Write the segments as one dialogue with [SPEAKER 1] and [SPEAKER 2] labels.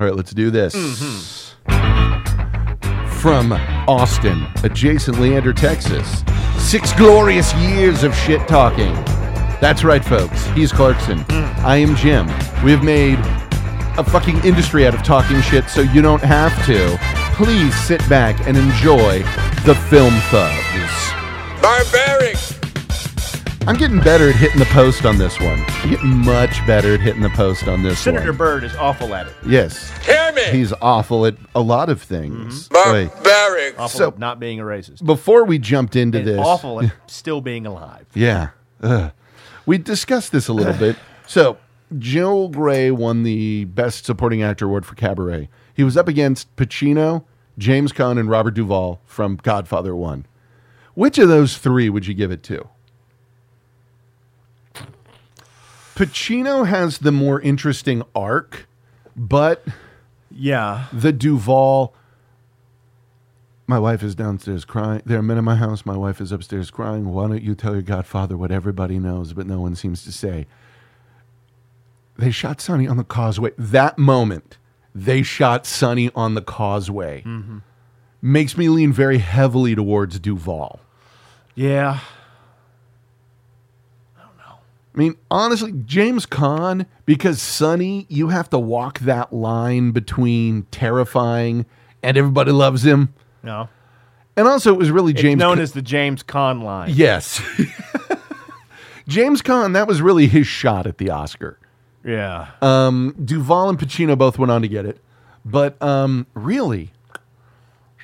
[SPEAKER 1] All right, let's do this. From Austin, adjacent Leander, Texas. Six glorious years of shit talking. That's right, folks. He's Clarkson. I am Jim. We have made a fucking industry out of talking shit, so you don't have to. Please sit back and enjoy the film thugs.
[SPEAKER 2] Barbaric!
[SPEAKER 1] I'm getting better at hitting the post on this one. I'm getting much better at hitting the post on this
[SPEAKER 3] Senator
[SPEAKER 1] one.
[SPEAKER 3] Byrd is awful at it.
[SPEAKER 1] Yes.
[SPEAKER 2] Hear me!
[SPEAKER 1] He's awful at a lot of things.
[SPEAKER 2] Mm-hmm.
[SPEAKER 1] Wait.
[SPEAKER 2] Barbaric!
[SPEAKER 3] Awful
[SPEAKER 1] So-
[SPEAKER 3] at not being a racist.
[SPEAKER 1] before we jumped into
[SPEAKER 3] And
[SPEAKER 1] this,
[SPEAKER 3] awful at still being alive.
[SPEAKER 1] yeah, Ugh. we discussed this a little bit. So Joel Gray won the Best Supporting Actor award for Cabaret. He was up against Pacino, James Caan, and Robert Duvall from Godfather One. Which of those three would you give it to? Pacino has the more interesting arc, but
[SPEAKER 3] Yeah.
[SPEAKER 1] the Duval. My wife is downstairs crying. There are men in my house. My wife is upstairs crying. Why don't you tell your godfather what everybody knows, but no one seems to say? They shot Sonny on the causeway. That moment, they shot Sonny on the causeway. Makes me lean very heavily towards Duval.
[SPEAKER 3] Yeah.
[SPEAKER 1] I mean, honestly, James Caan, because Sonny, you have to walk that line between terrifying and everybody loves him.
[SPEAKER 3] No.
[SPEAKER 1] And also, it was really
[SPEAKER 3] It's
[SPEAKER 1] James.
[SPEAKER 3] known
[SPEAKER 1] Ca-
[SPEAKER 3] as the James Con line.
[SPEAKER 1] yes, James Caan. That was really his shot at the Oscar.
[SPEAKER 3] Yeah.
[SPEAKER 1] Um, Duvall and Pacino both went on to get it, but um, really,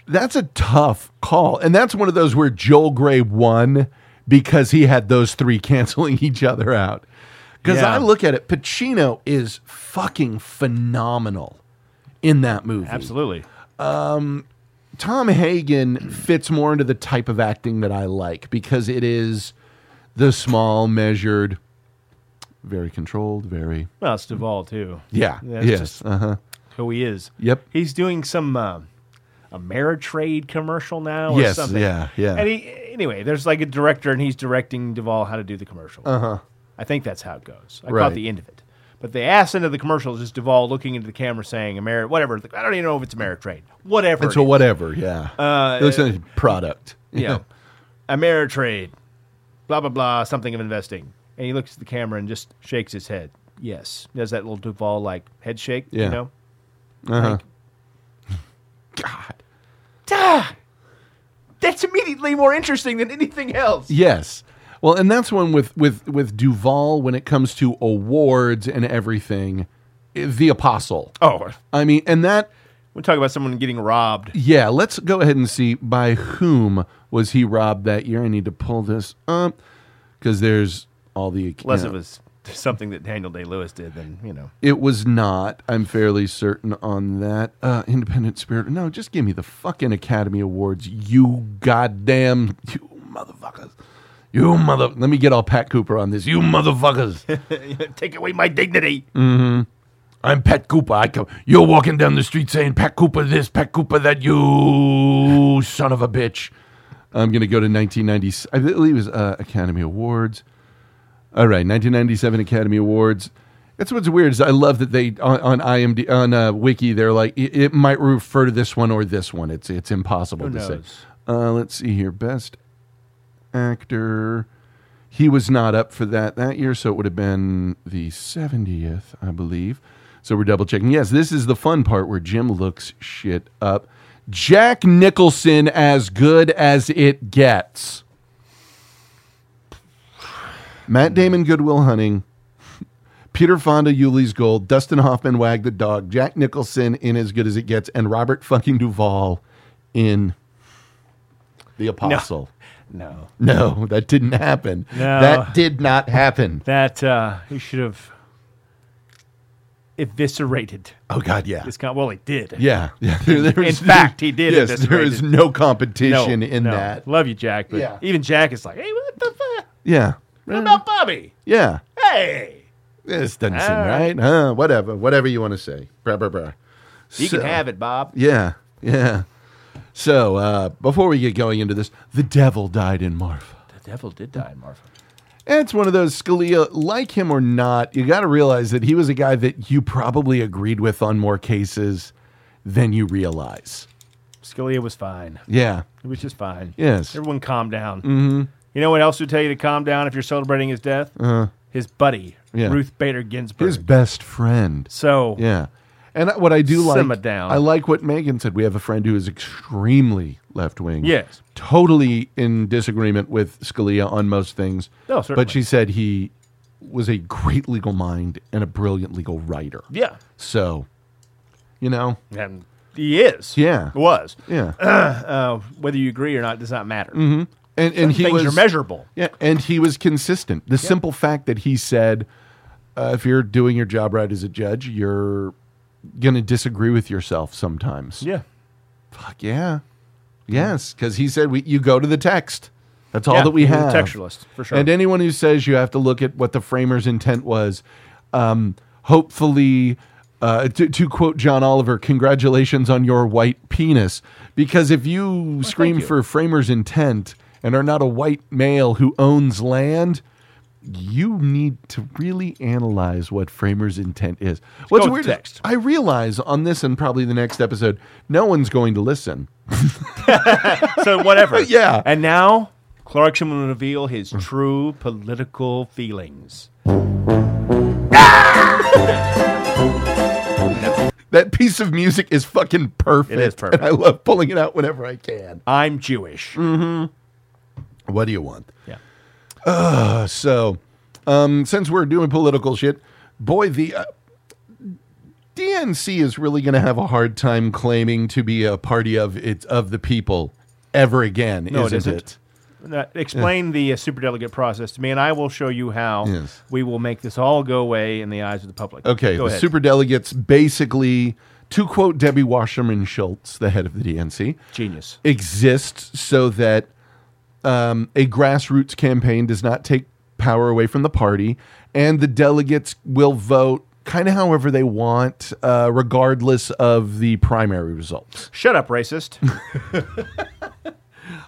[SPEAKER 1] that's a tough call, and that's one of those where Joel Gray won because he had those three canceling each other out. Because
[SPEAKER 3] Yeah.
[SPEAKER 1] I look at it, Pacino is fucking phenomenal in that movie.
[SPEAKER 3] Absolutely.
[SPEAKER 1] Tom Hagen fits more into the type of acting that I like because it is the small, measured, very controlled, very
[SPEAKER 3] Well, it's Duvall, too.
[SPEAKER 1] yeah,
[SPEAKER 3] That's
[SPEAKER 1] yes,
[SPEAKER 3] just
[SPEAKER 1] uh huh,
[SPEAKER 3] Who he is.
[SPEAKER 1] Yep.
[SPEAKER 3] He's doing some uh, Ameritrade commercial now or
[SPEAKER 1] Yes,
[SPEAKER 3] something.
[SPEAKER 1] yeah, yeah.
[SPEAKER 3] And he, anyway, there's like a director and he's directing Duvall how to do the commercial. Uh huh. I think that's how it goes. I
[SPEAKER 1] Uh-huh. Right.
[SPEAKER 3] caught the end of it. But the ass end of the commercial is just Duvall looking into the camera saying, Ameri- whatever. I don't even know if it's Ameritrade. Whatever.
[SPEAKER 1] and so
[SPEAKER 3] it is.
[SPEAKER 1] whatever, yeah, uh, it looks like a product,
[SPEAKER 3] yeah. Ameritrade, blah blah blah, something of investing. And he looks at the camera and just shakes his head. Yes, does that little Duval like head shake?
[SPEAKER 1] Yeah.
[SPEAKER 3] You know,
[SPEAKER 1] uh-huh. God,
[SPEAKER 3] that's immediately more interesting than anything else.
[SPEAKER 1] yes. Well, and that's one with with with Duvall when it comes to awards and everything, eh, the Apostle.
[SPEAKER 3] Oh,
[SPEAKER 1] I mean, and that
[SPEAKER 3] we talk about someone getting robbed.
[SPEAKER 1] Yeah, let's go ahead and see by whom was he robbed that year. I need to pull this up because there's all the accounts.
[SPEAKER 3] Unless it was something that Daniel Day Lewis did, then you know.
[SPEAKER 1] It was not. I'm fairly certain on that. Uh, Independent Spirit. No, just give me the fucking Academy Awards. You goddamn you motherfuckers. You mother. Let me get all Pat Cooper on this. You motherfuckers.
[SPEAKER 3] Take away my dignity.
[SPEAKER 1] I'm Pat Cooper. I come. You're walking down the street saying Pat Cooper this, Pat Cooper that. You son of a bitch. I'm gonna go to 1990. I believe it was uh, Academy Awards. All right, 1997 Academy Awards. That's what's weird is I love that they on, on IMD on uh, Wiki they're like it, it might refer to this one or this one. It's it's impossible
[SPEAKER 3] Who
[SPEAKER 1] to say.
[SPEAKER 3] knows?
[SPEAKER 1] Uh, let's see here. Best actor. He was not up for that that year, so it would have been the 70th, I believe. So we're double checking. Yes, this is the fun part where Jim looks shit up. Jack Nicholson as good as it gets. Matt Damon, Goodwill Hunting. Peter Fonda, Yuli's Gold. Dustin Hoffman, Wag the Dog. Jack Nicholson in As Good as It Gets. And Robert fucking Duvall in The Apostle.
[SPEAKER 3] No,
[SPEAKER 1] No, that didn't happen.
[SPEAKER 3] No.
[SPEAKER 1] That did not happen.
[SPEAKER 3] that uh, he should have eviscerated
[SPEAKER 1] Oh God, yeah.
[SPEAKER 3] this con. Well, he did.
[SPEAKER 1] Yeah. yeah. There- there
[SPEAKER 3] In
[SPEAKER 1] is-
[SPEAKER 3] fact, he did
[SPEAKER 1] Yes,
[SPEAKER 3] eviscerate
[SPEAKER 1] there is
[SPEAKER 3] it.
[SPEAKER 1] no competition
[SPEAKER 3] No,
[SPEAKER 1] in
[SPEAKER 3] no.
[SPEAKER 1] that.
[SPEAKER 3] Love you, Jack, but
[SPEAKER 1] Yeah.
[SPEAKER 3] even Jack is like, hey, what the fuck?
[SPEAKER 1] Yeah.
[SPEAKER 3] What about Bobby?
[SPEAKER 1] Yeah.
[SPEAKER 3] Hey,
[SPEAKER 1] This doesn't seem
[SPEAKER 3] Ah.
[SPEAKER 1] right. Huh? Whatever. Whatever you want to say. Blah blah blah.
[SPEAKER 3] you
[SPEAKER 1] So-
[SPEAKER 3] can have it, Bob.
[SPEAKER 1] Yeah. Yeah. So uh, before we get going into this, the devil died in Marfa.
[SPEAKER 3] The devil did die in Marfa.
[SPEAKER 1] And it's one of those Scalia, like him or not, you got to realize that he was a guy that you probably agreed with on more cases than you realize.
[SPEAKER 3] Scalia was fine.
[SPEAKER 1] Yeah.
[SPEAKER 3] It was just fine.
[SPEAKER 1] Yes.
[SPEAKER 3] Everyone calm down. Mm-hmm. You know what else would tell you to calm down if you're celebrating his death? Uh, his buddy,
[SPEAKER 1] Uh-huh. Yeah.
[SPEAKER 3] Ruth Bader Ginsburg.
[SPEAKER 1] His best friend.
[SPEAKER 3] so,
[SPEAKER 1] Yeah. And what I do like,
[SPEAKER 3] Simmer down.
[SPEAKER 1] I like what Megan said. We have a friend who is extremely left wing.
[SPEAKER 3] Yes.
[SPEAKER 1] Totally in disagreement with Scalia on most things.
[SPEAKER 3] No, Oh, certainly.
[SPEAKER 1] But she said he was a great legal mind and a brilliant legal writer.
[SPEAKER 3] yeah.
[SPEAKER 1] So, you know,
[SPEAKER 3] And he is.
[SPEAKER 1] Yeah.
[SPEAKER 3] Was.
[SPEAKER 1] yeah.
[SPEAKER 3] Uh, whether you agree or not does not matter.
[SPEAKER 1] And, and Mm-hmm. he
[SPEAKER 3] Things
[SPEAKER 1] was
[SPEAKER 3] are measurable.
[SPEAKER 1] Yeah, and he was consistent. The simple fact that he said, uh, if you're doing your job right as a judge, you're going to disagree with yourself sometimes.
[SPEAKER 3] Yeah.
[SPEAKER 1] Fuck yeah. Yes, because he said, we, you go to the text. That's all
[SPEAKER 3] Yeah,
[SPEAKER 1] that we
[SPEAKER 3] he's a
[SPEAKER 1] have.
[SPEAKER 3] textualist, for sure.
[SPEAKER 1] And anyone who says you have to look at what the framer's intent was, um, hopefully, uh, to, to quote John Oliver, congratulations on your white penis. Because if you scream
[SPEAKER 3] you.
[SPEAKER 1] for framer's intent and are not a white male who owns land, you need to really analyze what framer's intent is. What's
[SPEAKER 3] with
[SPEAKER 1] weird?
[SPEAKER 3] text.
[SPEAKER 1] I realize on this and probably the next episode, no one's going to listen.
[SPEAKER 3] So whatever.
[SPEAKER 1] Yeah.
[SPEAKER 3] And now Clarkson will reveal his true political feelings.
[SPEAKER 1] That piece of music is fucking perfect.
[SPEAKER 3] It is perfect.
[SPEAKER 1] And I love pulling it out whenever I can.
[SPEAKER 3] I'm Jewish.
[SPEAKER 1] Mm. What do you want?
[SPEAKER 3] Yeah.
[SPEAKER 1] Uh, so, um, since we're doing political shit, boy, the uh, DNC is really going to have a hard time claiming to be a party of its of the people ever again,
[SPEAKER 3] No, it
[SPEAKER 1] isn't
[SPEAKER 3] isn't. Now, explain the uh, superdelegate process to me, and I will show you how
[SPEAKER 1] Yes.
[SPEAKER 3] we will make this all go away in the eyes of the public.
[SPEAKER 1] Okay,
[SPEAKER 3] Go
[SPEAKER 1] the
[SPEAKER 3] ahead.
[SPEAKER 1] superdelegates basically, to quote Debbie Wasserman Schultz, the head of the DNC,
[SPEAKER 3] Genius.
[SPEAKER 1] exists so that um, a grassroots campaign does not take power away from the party, and the delegates will vote kind of however they want, uh, regardless of the primary results.
[SPEAKER 3] Shut up, racist.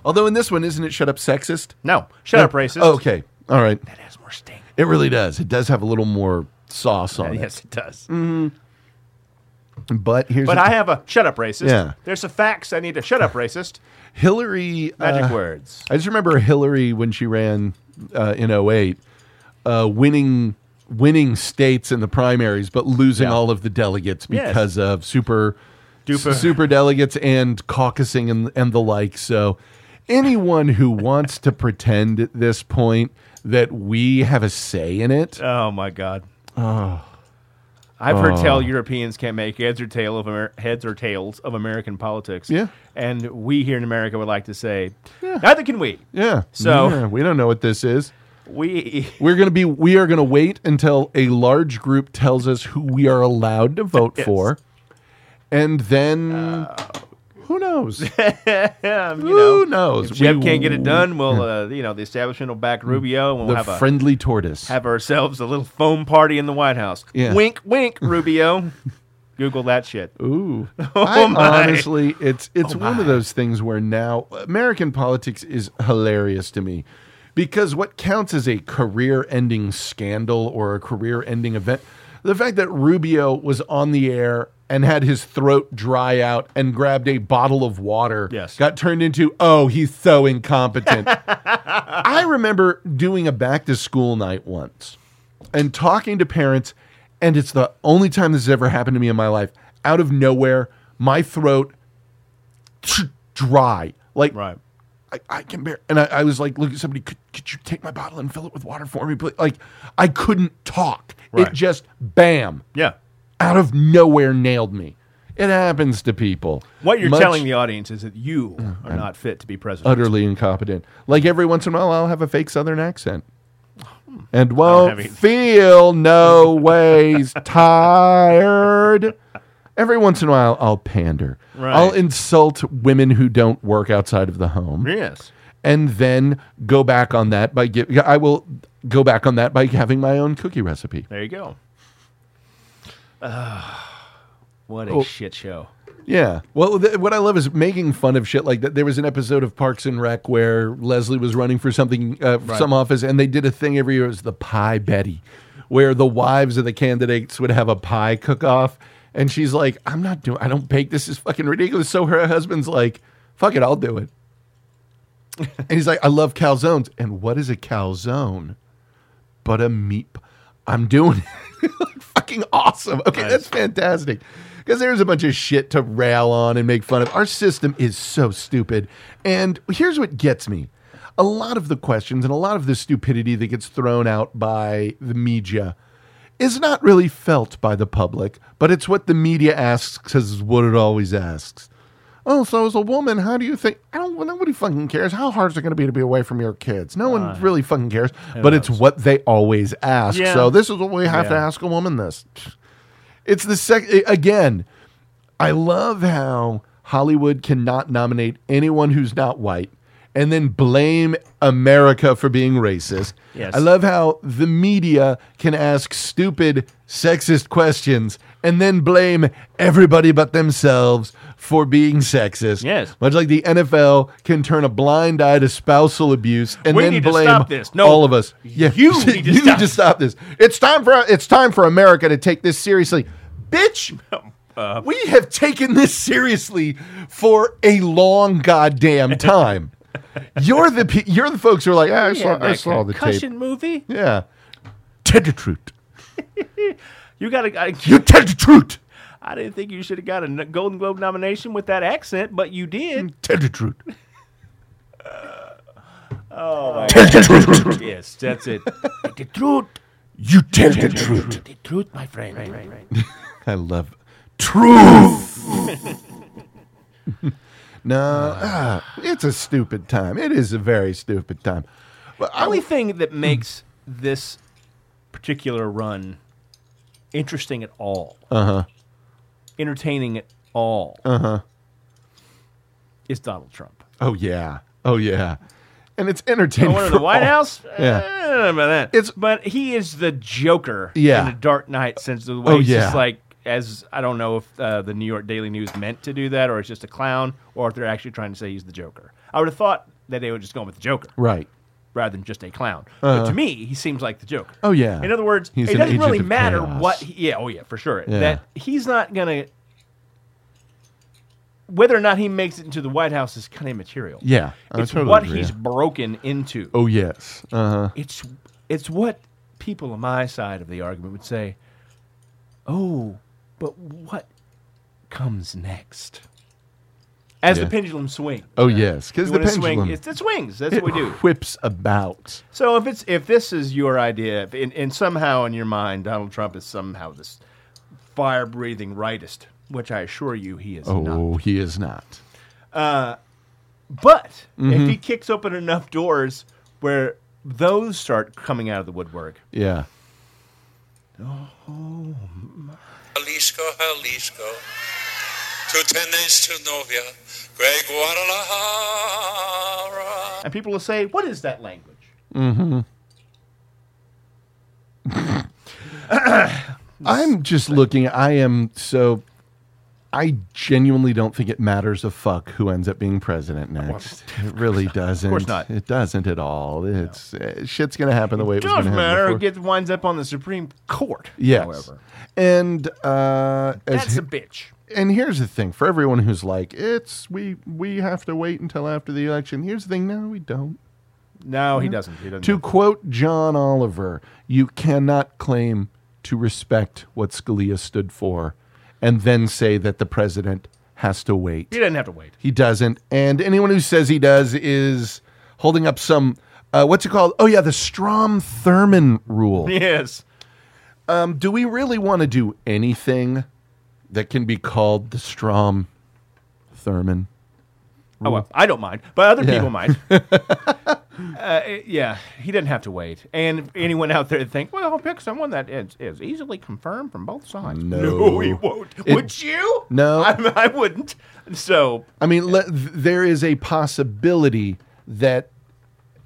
[SPEAKER 1] Although in this one, isn't it shut up sexist? Oh,
[SPEAKER 3] No. Shut up, racist.
[SPEAKER 1] Okay, all right.
[SPEAKER 3] It has more sting.
[SPEAKER 1] It really does. It does have a little more sauce on
[SPEAKER 3] Yes, it does.
[SPEAKER 1] it. But here's
[SPEAKER 3] But
[SPEAKER 1] the-
[SPEAKER 3] I have a shut up, racist.
[SPEAKER 1] Yeah.
[SPEAKER 3] There's some facts I need to shut up, racist.
[SPEAKER 1] Hillary
[SPEAKER 3] Magic
[SPEAKER 1] uh,
[SPEAKER 3] words.
[SPEAKER 1] I just remember Hillary when she ran uh, in 08, uh, winning winning states in the primaries, but losing
[SPEAKER 3] Yeah.
[SPEAKER 1] all of the delegates
[SPEAKER 3] Yes.
[SPEAKER 1] because of super
[SPEAKER 3] Duper.
[SPEAKER 1] super delegates and caucusing and and the like. So anyone who wants to pretend at this point that we have a say in it,
[SPEAKER 3] Oh my God.
[SPEAKER 1] Oh.
[SPEAKER 3] I've heard tell Europeans can't make heads or tail of Amer- heads or tails of American politics.
[SPEAKER 1] Yeah.
[SPEAKER 3] and we here in America would like to say, neither can we.
[SPEAKER 1] yeah.
[SPEAKER 3] So-
[SPEAKER 1] Yeah, we don't know what this is.
[SPEAKER 3] We
[SPEAKER 1] We're gonna be. We are gonna wait until a large group tells us who we are allowed to vote
[SPEAKER 3] Yes.
[SPEAKER 1] for, and then who knows?
[SPEAKER 3] um, you know,
[SPEAKER 1] who knows?
[SPEAKER 3] if Jeb
[SPEAKER 1] We-
[SPEAKER 3] can't get it done, we'll uh, you know the establishment will back Rubio, and
[SPEAKER 1] The
[SPEAKER 3] we'll have a,
[SPEAKER 1] friendly tortoise.
[SPEAKER 3] have ourselves a little foam party in the White House.
[SPEAKER 1] Yeah.
[SPEAKER 3] Wink, wink, Rubio. Google that shit.
[SPEAKER 1] Ooh, I
[SPEAKER 3] Oh my.
[SPEAKER 1] honestly, it's it's one of those things where now American politics is hilarious to me because what counts as a career-ending scandal or a career-ending event, the fact that Rubio was on the air and had his throat dry out and grabbed a bottle of water,
[SPEAKER 3] Yes.
[SPEAKER 1] got turned into oh he's so incompetent. I remember doing a back-to-school night once and talking to parents, and it's the only time this has ever happened to me in my life. Out of nowhere, my throat dry. Like
[SPEAKER 3] Right.
[SPEAKER 1] I, I can bear and I, I was like, look at somebody, could could you take my bottle and fill it with water for me? Please? Like I couldn't talk.
[SPEAKER 3] Right.
[SPEAKER 1] It just bam.
[SPEAKER 3] Yeah.
[SPEAKER 1] Out of nowhere nailed me. It happens to people.
[SPEAKER 3] What you're
[SPEAKER 1] Much
[SPEAKER 3] telling the audience is that you are not fit to be president.
[SPEAKER 1] utterly incompetent. Like every once in a while I'll have a fake southern accent. And
[SPEAKER 3] have
[SPEAKER 1] won't
[SPEAKER 3] any.
[SPEAKER 1] feel no ways tired. Every once in a while I'll pander.
[SPEAKER 3] Right.
[SPEAKER 1] I'll insult women who don't work outside of the home
[SPEAKER 3] Yes.
[SPEAKER 1] and then go back on that by give, I will go back on that by having my own cookie recipe.
[SPEAKER 3] There you go. Ah, what a
[SPEAKER 1] Oh.
[SPEAKER 3] shit show.
[SPEAKER 1] Yeah. Well, th- what I love is making fun of shit like that. There was an episode of Parks and Rec where Leslie was running for something, uh, for some office, and they did a thing every year. It was the Pie Betty, where the wives of the candidates would have a pie cook off. And she's like, I'm not doing I don't bake. This is fucking ridiculous. So her husband's like, fuck it, I'll do it. and he's like, I love calzones. And what is a calzone? but a meat. p- I'm doing it. fucking awesome. Okay, that's fantastic. Because there's a bunch of shit to rail on and make fun of. Our system is so stupid. And here's what gets me a lot of the questions and a lot of the stupidity that gets thrown out by the media is not really felt by the public, but it's what the media asks because it's what it always asks. Oh, so as a woman, how do you think? I don't. Nobody fucking cares. How hard is it going to be to be away from your kids? No one really fucking cares. But it's what they always ask.
[SPEAKER 3] Yeah.
[SPEAKER 1] So this is what we have to
[SPEAKER 3] Yeah.
[SPEAKER 1] ask a woman. This. It's the sec. Again, I love how Hollywood cannot nominate anyone who's not white, and then blame America for being racist.
[SPEAKER 3] Yes.
[SPEAKER 1] I love how the media can ask stupid, sexist questions and then blame everybody but themselves for being sexist.
[SPEAKER 3] Yes.
[SPEAKER 1] Much like the NFL can turn a blind eye to spousal abuse and
[SPEAKER 3] We
[SPEAKER 1] then
[SPEAKER 3] need to
[SPEAKER 1] blame
[SPEAKER 3] stop this. No,
[SPEAKER 1] all of us. Yeah.
[SPEAKER 3] you need to
[SPEAKER 1] you
[SPEAKER 3] stop
[SPEAKER 1] need to stop this. It's time for it's time for America to take this seriously. Bitch,
[SPEAKER 3] Uh,
[SPEAKER 1] we have taken this seriously for a long goddamn time. you're the pe- you're the folks who are like, "Ah, I saw, I saw the tape.
[SPEAKER 3] concussion movie.
[SPEAKER 1] Yeah. Tell the truth.
[SPEAKER 3] You got to. I,
[SPEAKER 1] You tell the truth.
[SPEAKER 3] I didn't think you should have got a n- Golden Globe nomination with that accent, but you did.
[SPEAKER 1] Tell the truth.
[SPEAKER 3] yes, that's it. the truth,
[SPEAKER 1] You tell the truth.
[SPEAKER 3] the truth, my friend.
[SPEAKER 1] I love truth. no, ah, it's a stupid time. It is a very stupid time. But
[SPEAKER 3] The
[SPEAKER 1] I Hmm.
[SPEAKER 3] only thing that makes this particular run interesting at all, uh-huh. entertaining at all, uh-huh. is Donald Trump.
[SPEAKER 1] Oh yeah. Oh yeah. And it's
[SPEAKER 3] I
[SPEAKER 1] entertaining.
[SPEAKER 3] went to
[SPEAKER 1] for
[SPEAKER 3] the White
[SPEAKER 1] all-
[SPEAKER 3] House.
[SPEAKER 1] Yeah.
[SPEAKER 3] Eh, I don't know about that.
[SPEAKER 1] It's-
[SPEAKER 3] but he is the Joker
[SPEAKER 1] Yeah.
[SPEAKER 3] in the Dark Knight since the way
[SPEAKER 1] Oh,
[SPEAKER 3] he's just
[SPEAKER 1] yeah.
[SPEAKER 3] like as I don't know if uh, the New York Daily News meant to do that or it's just a clown or if they're actually trying to say he's the Joker. I would have thought that they would just go with the Joker
[SPEAKER 1] Right.
[SPEAKER 3] rather than just a clown. But to me, he seems like the Joker.
[SPEAKER 1] Uh-huh. Oh, yeah.
[SPEAKER 3] In other words,
[SPEAKER 1] He's
[SPEAKER 3] it
[SPEAKER 1] an
[SPEAKER 3] doesn't
[SPEAKER 1] agent
[SPEAKER 3] really
[SPEAKER 1] of
[SPEAKER 3] matter
[SPEAKER 1] chaos.
[SPEAKER 3] what. He, yeah. Oh yeah, for sure.
[SPEAKER 1] Yeah.
[SPEAKER 3] That he's not gonna. Whether or not he makes it into the White House is kind of immaterial.
[SPEAKER 1] Yeah. I
[SPEAKER 3] it's
[SPEAKER 1] totally
[SPEAKER 3] what
[SPEAKER 1] agree.
[SPEAKER 3] he's broken into
[SPEAKER 1] Oh yes. Uh huh.
[SPEAKER 3] it's it's what people on my side of the argument would say. Oh, but what comes next? As
[SPEAKER 1] Yeah.
[SPEAKER 3] the pendulum swings.
[SPEAKER 1] Oh yes. Because the
[SPEAKER 3] You wanna swing-
[SPEAKER 1] pendulum
[SPEAKER 3] it's, it swings. That's
[SPEAKER 1] it
[SPEAKER 3] what we do.
[SPEAKER 1] whips about.
[SPEAKER 3] So if it's if this is your idea, if in, and somehow in your mind Donald Trump is somehow this fire breathing rightist, which I assure you he is
[SPEAKER 1] Oh,
[SPEAKER 3] not.
[SPEAKER 1] he is not.
[SPEAKER 3] But
[SPEAKER 1] Mm-hmm.
[SPEAKER 3] if he kicks open enough doors where those start coming out of the woodwork,
[SPEAKER 1] Yeah.
[SPEAKER 2] Jalisco, Jalisco, tú tenés tu novia, Greg Guadalajara.
[SPEAKER 3] and people will say, "What is that language?"
[SPEAKER 1] I'm just looking. I am so. I genuinely don't think it matters a fuck who ends up being president next. It really doesn't. Of
[SPEAKER 3] course not.
[SPEAKER 1] It doesn't at all. It's uh, shit's gonna happen the way it, was
[SPEAKER 3] does
[SPEAKER 1] gonna
[SPEAKER 3] matter.
[SPEAKER 1] happen. before.
[SPEAKER 3] It gets winds up on the Supreme Court.
[SPEAKER 1] Yes.
[SPEAKER 3] However,
[SPEAKER 1] And uh, as
[SPEAKER 3] that's a bitch.
[SPEAKER 1] and here's the thing for everyone who's like it's we we have to wait until after the election here's the thing no we don't
[SPEAKER 3] No,
[SPEAKER 1] Mm-hmm.
[SPEAKER 3] he doesn't. He doesn't.
[SPEAKER 1] to quote john oliver you cannot claim to respect what scalia stood for and then say that the president has to wait
[SPEAKER 3] he doesn't have to wait.
[SPEAKER 1] he doesn't. And anyone who says he does is holding up some, uh, what's it called? Oh, yeah, the Strom Thurmond rule.
[SPEAKER 3] Yes.
[SPEAKER 1] Um, do we really want to do anything that can be called the Strom Thurmond?
[SPEAKER 3] Oh, well, I don't mind, but other
[SPEAKER 1] Yeah.
[SPEAKER 3] people might. uh, yeah, he doesn't have to wait. And anyone out there that think, well, pick someone that is, is easily confirmed from both sides.
[SPEAKER 1] No.
[SPEAKER 3] he won't.
[SPEAKER 1] It-
[SPEAKER 3] Would you?
[SPEAKER 1] No.
[SPEAKER 3] I, I wouldn't. So
[SPEAKER 1] I mean, le- th- there is a possibility that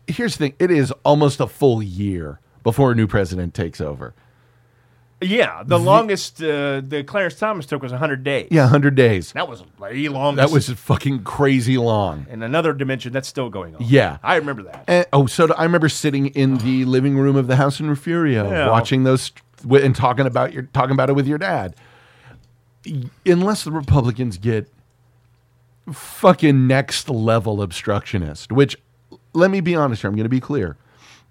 [SPEAKER 1] here's the thing: it is almost a full year before a new president takes over.
[SPEAKER 3] Yeah, the longest uh, the Clarence Thomas took was 100 days.
[SPEAKER 1] Yeah, 100 days.
[SPEAKER 3] That was the longest.
[SPEAKER 1] That was fucking crazy long.
[SPEAKER 3] in another dimension that's still going on.
[SPEAKER 1] Yeah.
[SPEAKER 3] I remember that.
[SPEAKER 1] And, oh, so do- I remember sitting in the living room of the house in Refurio,
[SPEAKER 3] Yeah.
[SPEAKER 1] watching those wi- and talking about your talking about it with your dad. Y- Unless the Republicans get fucking next level obstructionist, which let me be honest here, I'm going to be clear.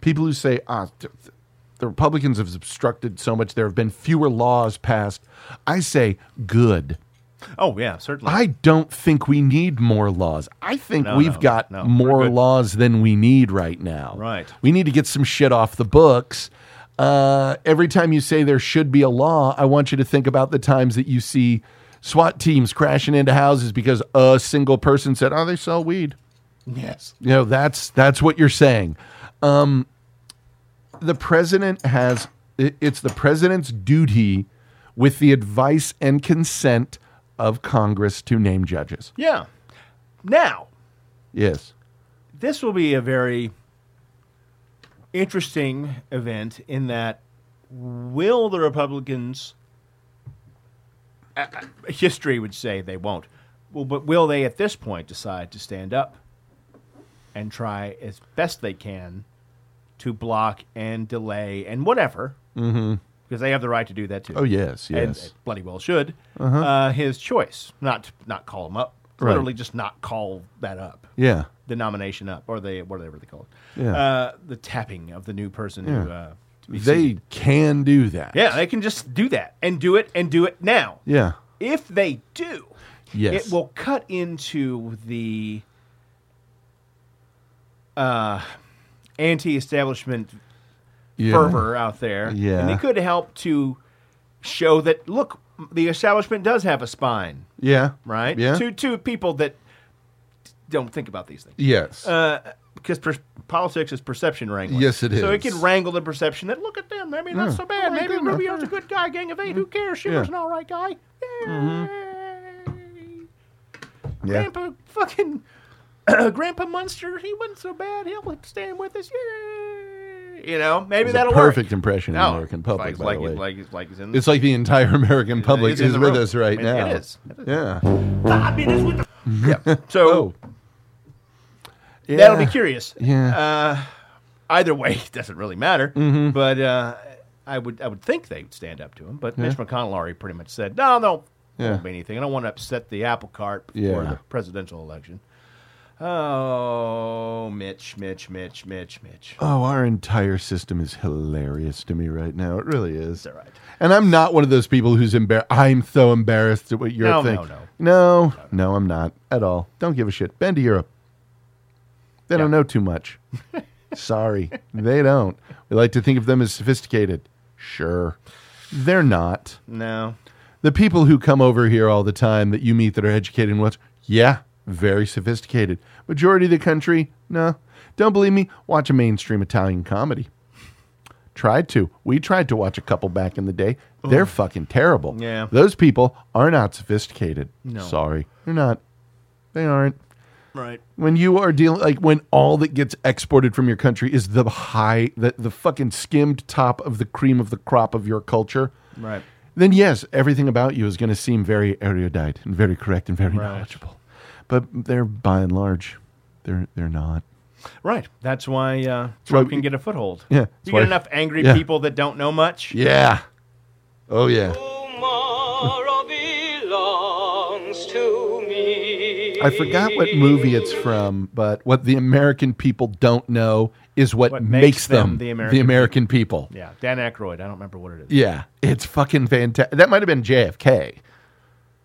[SPEAKER 1] People who say ah, th- th- the Republicans have obstructed so much, there have been fewer laws passed. I say good.
[SPEAKER 3] oh yeah, certainly.
[SPEAKER 1] I don't think we need more laws. I think
[SPEAKER 3] No,
[SPEAKER 1] we've
[SPEAKER 3] no,
[SPEAKER 1] got
[SPEAKER 3] no, we're
[SPEAKER 1] more
[SPEAKER 3] good.
[SPEAKER 1] laws than we need right now.
[SPEAKER 3] Right.
[SPEAKER 1] We need to get some shit off the books. Uh, every time you say there should be a law, I want you to think about the times that you see SWAT teams crashing into houses because a single person said, "Oh, they sell weed."
[SPEAKER 3] yes.
[SPEAKER 1] You know, that's that's what you're saying. Um, the president has it- it's the president's duty, with the advice and consent of Congress, to name judges.
[SPEAKER 3] Yeah. Now,
[SPEAKER 1] Yes.
[SPEAKER 3] this will be a very interesting event in that will the Republicans uh, uh, history would say they won't. Well, but will they at this point decide to stand up and try as best they can to block and delay and whatever? Mm-hmm. Because they have the right to do that too.
[SPEAKER 1] Oh yes,
[SPEAKER 3] and
[SPEAKER 1] yes. Uh-huh.
[SPEAKER 3] bloody well should, uh his choice not to not call him up,
[SPEAKER 1] Right.
[SPEAKER 3] literally just not call that up,
[SPEAKER 1] yeah.
[SPEAKER 3] the nomination up, or the whatever they call it,
[SPEAKER 1] Yeah.
[SPEAKER 3] uh, the tapping of the new person who. Uh, to be seated.
[SPEAKER 1] They can do that.
[SPEAKER 3] yeah, they can just do that and do it and do it now.
[SPEAKER 1] Yeah.
[SPEAKER 3] If they do,
[SPEAKER 1] Yes.
[SPEAKER 3] it will cut into the uh, anti-establishment
[SPEAKER 1] yeah.
[SPEAKER 3] fervor out there.
[SPEAKER 1] Yeah.
[SPEAKER 3] And they could help to show that, look, the establishment does have a spine,
[SPEAKER 1] Yeah.
[SPEAKER 3] right?
[SPEAKER 1] Yeah.
[SPEAKER 3] To, to people that don't think about these things.
[SPEAKER 1] yes.
[SPEAKER 3] Uh, because per- politics is perception wrangling.
[SPEAKER 1] Yes, it
[SPEAKER 3] So it
[SPEAKER 1] is. Oh
[SPEAKER 3] can wrangle the perception that, look at them, I mean, that's so bad. Maybe Rubio's a good guy, gang of eight, who cares? She
[SPEAKER 1] Yeah. Mm-hmm.
[SPEAKER 3] was an all right guy. Yay!
[SPEAKER 1] yeah.
[SPEAKER 3] Grandpa fucking Grandpa Munster, he wasn't so bad. He'll stand with us. Yay! You know, maybe
[SPEAKER 1] It's a
[SPEAKER 3] that'll
[SPEAKER 1] perfect
[SPEAKER 3] work.
[SPEAKER 1] impression of the
[SPEAKER 3] No,
[SPEAKER 1] American
[SPEAKER 3] it's
[SPEAKER 1] public.
[SPEAKER 3] Like,
[SPEAKER 1] by
[SPEAKER 3] like,
[SPEAKER 1] the way.
[SPEAKER 3] like, it's like it's in
[SPEAKER 1] it's like the entire American public
[SPEAKER 3] it's in
[SPEAKER 1] is
[SPEAKER 3] the
[SPEAKER 1] with
[SPEAKER 3] room.
[SPEAKER 1] us right
[SPEAKER 3] It- it
[SPEAKER 1] now.
[SPEAKER 3] is. It is.
[SPEAKER 1] Yeah.
[SPEAKER 3] yeah.
[SPEAKER 1] Oh.
[SPEAKER 3] So
[SPEAKER 1] Yeah.
[SPEAKER 3] that'll be curious.
[SPEAKER 1] Yeah.
[SPEAKER 3] Uh, either way, it doesn't really matter.
[SPEAKER 1] Mm-hmm.
[SPEAKER 3] But uh, I would I would think they'd stand up to him. But Mitch McConnell already pretty much said, no, no,
[SPEAKER 1] Yeah.
[SPEAKER 3] won't be anything. I don't want to upset the apple cart before
[SPEAKER 1] Yeah.
[SPEAKER 3] the presidential election. Oh, Mitch, Mitch, Mitch, Mitch, Mitch.
[SPEAKER 1] Oh, our entire system is hilarious to me right now. It really is.
[SPEAKER 3] all right.
[SPEAKER 1] And I'm not one of those people who's embarrassed. I'm so embarrassed at what you're
[SPEAKER 3] No, no,
[SPEAKER 1] thinking.
[SPEAKER 3] no.
[SPEAKER 1] no, no. No, I'm not at all. Don't give a shit. Been to Europe. They don't know too much. Sorry. They don't. We like to think of them as sophisticated. Sure. They're not.
[SPEAKER 3] No.
[SPEAKER 1] The people who come over here all the time that you meet that are educated and what's, yeah, very sophisticated. Majority of the country, no. Don't believe me? Watch a mainstream Italian comedy. Tried to. We tried to watch a couple back in the day. They're fucking terrible.
[SPEAKER 3] Yeah.
[SPEAKER 1] Those people are not sophisticated.
[SPEAKER 3] No.
[SPEAKER 1] Sorry. They're not. They aren't.
[SPEAKER 3] Right.
[SPEAKER 1] When you are dealing like when all that gets exported from your country is the high the, the fucking skimmed top of the cream of the crop of your culture
[SPEAKER 3] Right.
[SPEAKER 1] then yes, everything about you is going to seem very erudite and very correct and very
[SPEAKER 3] Right.
[SPEAKER 1] knowledgeable. But they're by and large, they're they're not.
[SPEAKER 3] Right. That's why uh,
[SPEAKER 1] why
[SPEAKER 3] Trump
[SPEAKER 1] we-
[SPEAKER 3] can get a foothold.
[SPEAKER 1] Yeah, that's
[SPEAKER 3] You
[SPEAKER 1] why-
[SPEAKER 3] get enough angry
[SPEAKER 1] yeah.
[SPEAKER 3] people that don't know much.
[SPEAKER 1] Yeah. Oh yeah.
[SPEAKER 4] Tomorrow belongs to me.
[SPEAKER 1] I forgot what movie it's from, but what the American people don't know is what,
[SPEAKER 3] What
[SPEAKER 1] makes, them, the American, people.
[SPEAKER 3] Yeah. Dan Aykroyd. I don't remember what it is.
[SPEAKER 1] Yeah, it's fucking fantastic. That might have been JFK.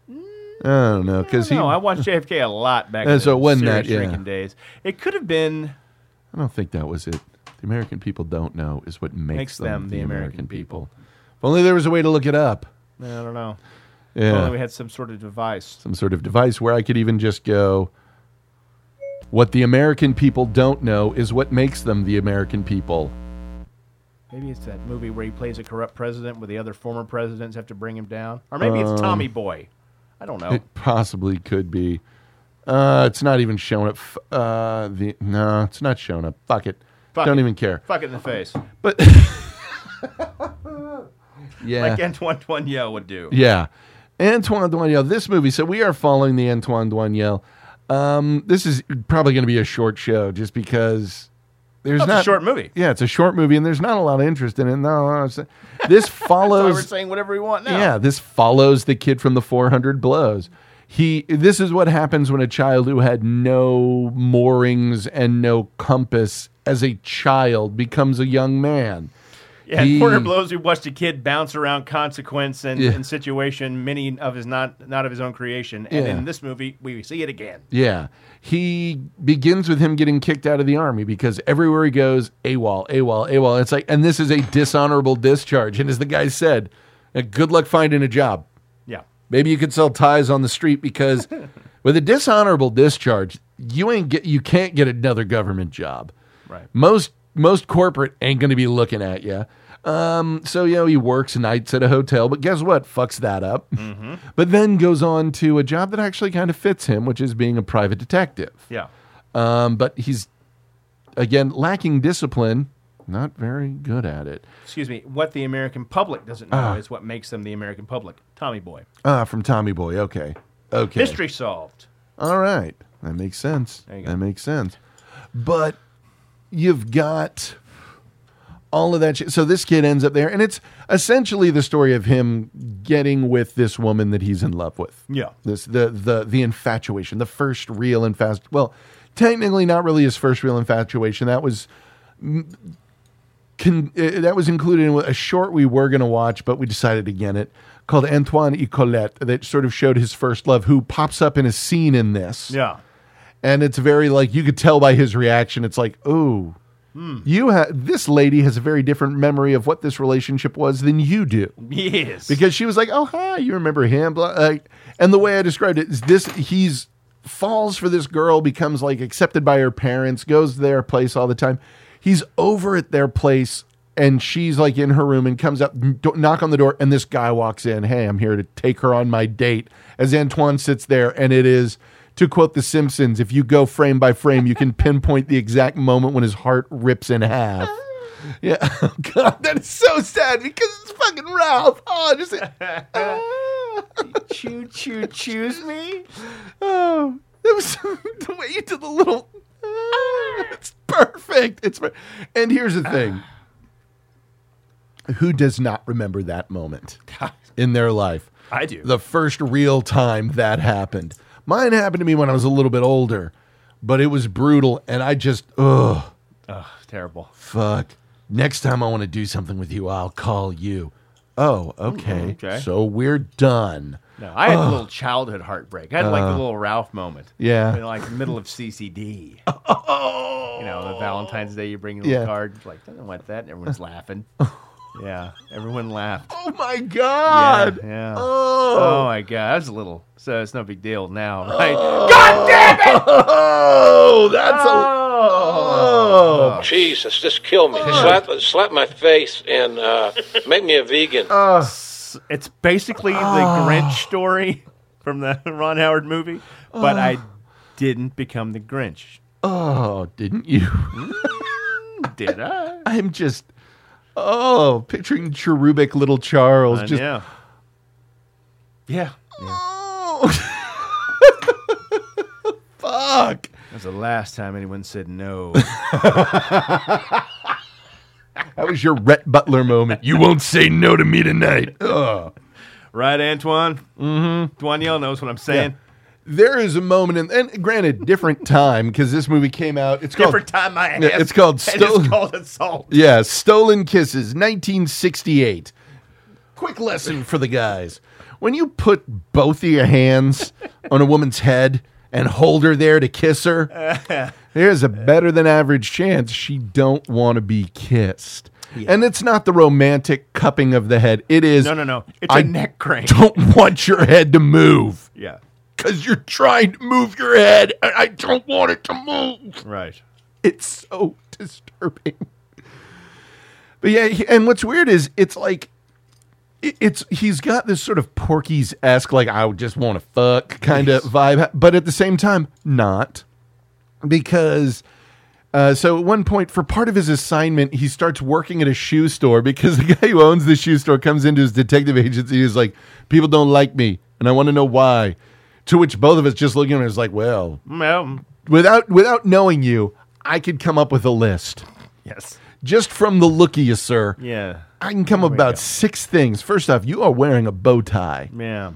[SPEAKER 1] I don't know because he.
[SPEAKER 3] No, I
[SPEAKER 1] I
[SPEAKER 3] watched JFK a lot back.
[SPEAKER 1] Uh,
[SPEAKER 3] in
[SPEAKER 1] so
[SPEAKER 3] the
[SPEAKER 1] it wasn't
[SPEAKER 3] serious
[SPEAKER 1] that, yeah.
[SPEAKER 3] drinking days. It could have been
[SPEAKER 1] don't think that was it. The American people don't know is what makes,
[SPEAKER 3] Makes
[SPEAKER 1] them, the American, people. If only there was a way to look it up.
[SPEAKER 3] I don't know.
[SPEAKER 1] Yeah.
[SPEAKER 3] Only we had some sort of device.
[SPEAKER 1] some sort of device where I could even just go, what the American people don't know is what makes them the American people.
[SPEAKER 3] Maybe it's that movie where he plays a corrupt president where the other former presidents have to bring him down. Or maybe it's Tommy Boy. I don't know.
[SPEAKER 1] Um, It possibly could be. Uh, it's not even showing up. F- Uh, the no, it's not showing up. Fuck it.
[SPEAKER 3] Fuck
[SPEAKER 1] don't
[SPEAKER 3] it.
[SPEAKER 1] even care.
[SPEAKER 3] Fuck it in the face.
[SPEAKER 1] But Yeah.
[SPEAKER 3] like Antoine Duaniel would do.
[SPEAKER 1] Yeah. Antoine Duaniel, this movie. So we are following the Antoine Duaniel. Um, this is probably going to be a short show just because there's
[SPEAKER 3] Well, it's a
[SPEAKER 1] not
[SPEAKER 3] short movie.
[SPEAKER 1] Yeah, it's a short movie and there's not a lot of interest in it. No, no, it's- this
[SPEAKER 3] So we're
[SPEAKER 1] follows
[SPEAKER 3] saying whatever we want now.
[SPEAKER 1] Yeah, this follows the kid from the 400 blows. He this is what happens when a child who had no moorings and no compass as a child becomes a young man.
[SPEAKER 3] Yeah, in Porter
[SPEAKER 1] He-
[SPEAKER 3] Blows, we watched a kid bounce around consequence and,
[SPEAKER 1] Yeah.
[SPEAKER 3] and situation, many of his not not of his own creation. And
[SPEAKER 1] Yeah.
[SPEAKER 3] in this movie, we see it again.
[SPEAKER 1] Yeah. He begins with him getting kicked out of the army because everywhere he goes, AWOL, AWOL, AWOL. It's like, and this is a dishonorable discharge. And as the guy said, uh, good luck finding a job.
[SPEAKER 3] Yeah,
[SPEAKER 1] Maybe you could sell ties on the street because with a dishonorable discharge, you ain't get you can't get another government job.
[SPEAKER 3] right.
[SPEAKER 1] Most most corporate ain't going to be looking at you. Um, so you know he works nights at a hotel, but guess what? Fucks that up. But then goes on to a job that actually kind of fits him, which is being a private detective.
[SPEAKER 3] Yeah,
[SPEAKER 1] Um, but he's again lacking discipline, not very good at it.
[SPEAKER 3] excuse me. What the American public doesn't know is what makes them the American public. Tommy Boy,
[SPEAKER 1] Ah, from Tommy Boy. Okay, okay.
[SPEAKER 3] mystery solved.
[SPEAKER 1] All right. That makes sense.
[SPEAKER 3] There you go.
[SPEAKER 1] That makes sense. But you've got all of that shit. So this kid ends up there, and it's essentially the story of him getting with this woman that he's in love with.
[SPEAKER 3] Yeah.
[SPEAKER 1] This the the the infatuation, the first real and fast. Well, technically not really his first real infatuation. That was con- uh, that was included in a short we were going to watch, but we decided again it called Antoine et Colette that sort of showed his first love, who pops up in a scene in this,
[SPEAKER 3] Yeah,
[SPEAKER 1] and it's very like you could tell by his reaction. It's like, oh, you ha- this lady has a very different memory of what this relationship was than you do.
[SPEAKER 3] yes.
[SPEAKER 1] Because she was like, "Oh hi, you remember him?" Blah, like, and the way I described it is this: he's falls for this girl, becomes like accepted by her parents, goes to their place all the time. He's over at their place, and she's like in her room and comes up, n- do- knock on the door, and this guy walks in. Hey, I'm here to take her on my date. As Antoine sits there, and it is. To quote The Simpsons, if you go frame by frame, you can pinpoint the exact moment when his heart rips in half. Yeah. Oh, God, that is so sad because it's fucking Ralph. Oh, just.
[SPEAKER 3] choo choo, choose me.
[SPEAKER 1] oh, that was the way you did the little. it's perfect. It's per- and here's the thing. Who does not remember that moment in their life?
[SPEAKER 3] I do.
[SPEAKER 1] the first real time that happened. Mine happened to me when I was a little bit older, but it was brutal, and I just ugh.
[SPEAKER 3] Ugh, terrible.
[SPEAKER 1] fuck. Next time I want to do something with you, I'll call you. Oh, okay.
[SPEAKER 3] Mm, okay.
[SPEAKER 1] So we're done.
[SPEAKER 3] No, I had a little childhood heartbreak. I had like the little Ralph moment.
[SPEAKER 1] Uh. Yeah.
[SPEAKER 3] In, like the middle of CCD.
[SPEAKER 1] Oh.
[SPEAKER 3] You know, the Valentine's Day, you bring a little
[SPEAKER 1] Yeah.
[SPEAKER 3] card. Like, I don't want that. And everyone's laughing. yeah, everyone laughed.
[SPEAKER 1] Oh my god.
[SPEAKER 3] Yeah, yeah.
[SPEAKER 1] Oh.
[SPEAKER 3] Oh my god, that was a little. So it's no big deal now, right?
[SPEAKER 1] Oh, that's
[SPEAKER 3] Oh.
[SPEAKER 5] Jesus, just kill me.
[SPEAKER 6] Oh.
[SPEAKER 5] Slap, slap my face and uh, make me a vegan.
[SPEAKER 3] It's basically the Grinch
[SPEAKER 1] Ah.
[SPEAKER 3] story from the Ron Howard movie, but I
[SPEAKER 1] Ah.
[SPEAKER 3] didn't become the
[SPEAKER 1] a
[SPEAKER 3] Grinch,
[SPEAKER 1] Oh, didn't you?
[SPEAKER 3] did I?
[SPEAKER 1] I'm just Oh, picturing cherubic little Charles
[SPEAKER 3] And
[SPEAKER 1] just
[SPEAKER 3] yeah. Yeah,
[SPEAKER 1] Oh. Fuck.
[SPEAKER 3] that's the last time anyone said no.
[SPEAKER 1] That was your Rhett Butler moment. You won't say no to me tonight. Ugh.
[SPEAKER 3] right, Antoine? Mm-hmm. Dwaniel knows what I'm saying.
[SPEAKER 1] There is a moment, in, and granted, different time because this movie came out. It's called
[SPEAKER 3] Different time I
[SPEAKER 1] Yeah,
[SPEAKER 3] asked.
[SPEAKER 1] it's called
[SPEAKER 3] and
[SPEAKER 1] Stone-
[SPEAKER 3] It's called assault.
[SPEAKER 1] Yeah, Stolen Kisses, 1968. Quick lesson for the guys. When you put both of your hands on a woman's head and hold her there to kiss her, there's a better than average chance she don't want to be kissed. And it's not the romantic cupping of the head. It is
[SPEAKER 3] No, no, no. It's a
[SPEAKER 1] I
[SPEAKER 3] neck crank.
[SPEAKER 1] don't want your head to move
[SPEAKER 3] Yeah.
[SPEAKER 1] because you're trying to move your head and I don't want it to move.
[SPEAKER 3] Right.
[SPEAKER 1] It's so disturbing. But yeah, he- and what's weird is it's like it- it's he's got this sort of Porky's esque like I just want to fuck kind of vibe, but at the same time not because Uh, so at one point, for part of his assignment, he starts working at a shoe store because the guy who owns the shoe store comes into his detective agency. He's like, "People don't like me, and I want to know why." To which both of us just look at him and is like, "Well,
[SPEAKER 3] Well,
[SPEAKER 1] without without knowing you, I could come up with a list
[SPEAKER 3] yes.
[SPEAKER 1] just from the look of you, sir.
[SPEAKER 3] Yeah.
[SPEAKER 1] I can come up
[SPEAKER 3] we
[SPEAKER 1] about
[SPEAKER 3] go.
[SPEAKER 1] six things. First off, you are wearing a bow tie.
[SPEAKER 3] Yeah.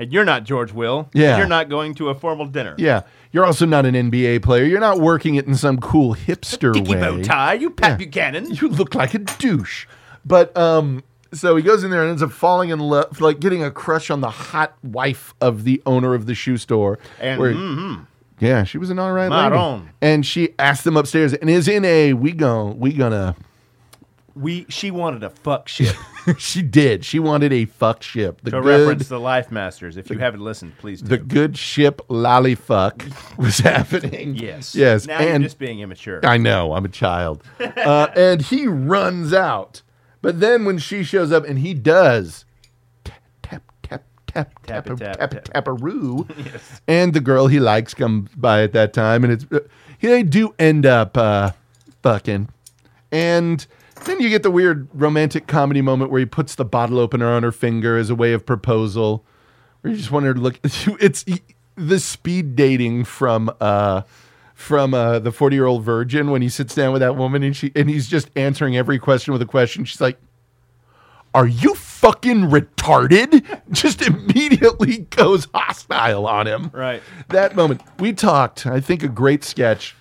[SPEAKER 3] And you're not George Will.
[SPEAKER 1] Yeah.
[SPEAKER 3] You're not going to a formal dinner.
[SPEAKER 1] Yeah, you're also not an NBA player. You're not working it in some cool hipster
[SPEAKER 3] Dicky
[SPEAKER 1] way.
[SPEAKER 3] bow tie, you Pat Buchanan.
[SPEAKER 1] you look like a douche. But um, so he goes in there and ends up falling in love, like getting a crush on the hot wife of the owner of the shoe store.
[SPEAKER 3] And, mm-hmm.
[SPEAKER 1] where- yeah, she was an all right
[SPEAKER 3] Not
[SPEAKER 1] lady.
[SPEAKER 3] on.
[SPEAKER 1] And she asked them upstairs and is in a we gon' we gonna.
[SPEAKER 3] We she wanted a fuck shit.
[SPEAKER 1] she did. She wanted a fuck ship. The
[SPEAKER 3] to
[SPEAKER 1] good,
[SPEAKER 3] reference the Life Masters. If you haven't listened, please do.
[SPEAKER 1] the good ship lollyfuck was happening.
[SPEAKER 3] yes.
[SPEAKER 1] yes,
[SPEAKER 3] Now
[SPEAKER 1] and
[SPEAKER 3] you're just being immature.
[SPEAKER 1] I know, I'm a child. Uh, and he runs out. But then when she shows up and he does tap, tap, tap, tap,
[SPEAKER 3] Tap-a-tap,
[SPEAKER 1] tap, tap, tap,
[SPEAKER 3] tap.
[SPEAKER 1] taparoo.
[SPEAKER 3] Yes.
[SPEAKER 1] And the girl he likes comes by at that time. And it's, uh, they do end up uh, fucking. And then you get the weird romantic comedy moment where he puts the bottle opener on her finger as a way of proposal. Where you just want her to look. It's e, the speed dating from uh, from uh, the forty year old virgin when he sits down with that woman and she and he's just answering every question with a question. She's like, "Are you fucking retarded?" Just immediately goes hostile on him.
[SPEAKER 3] Right.
[SPEAKER 1] That moment we talked. I think a great sketch.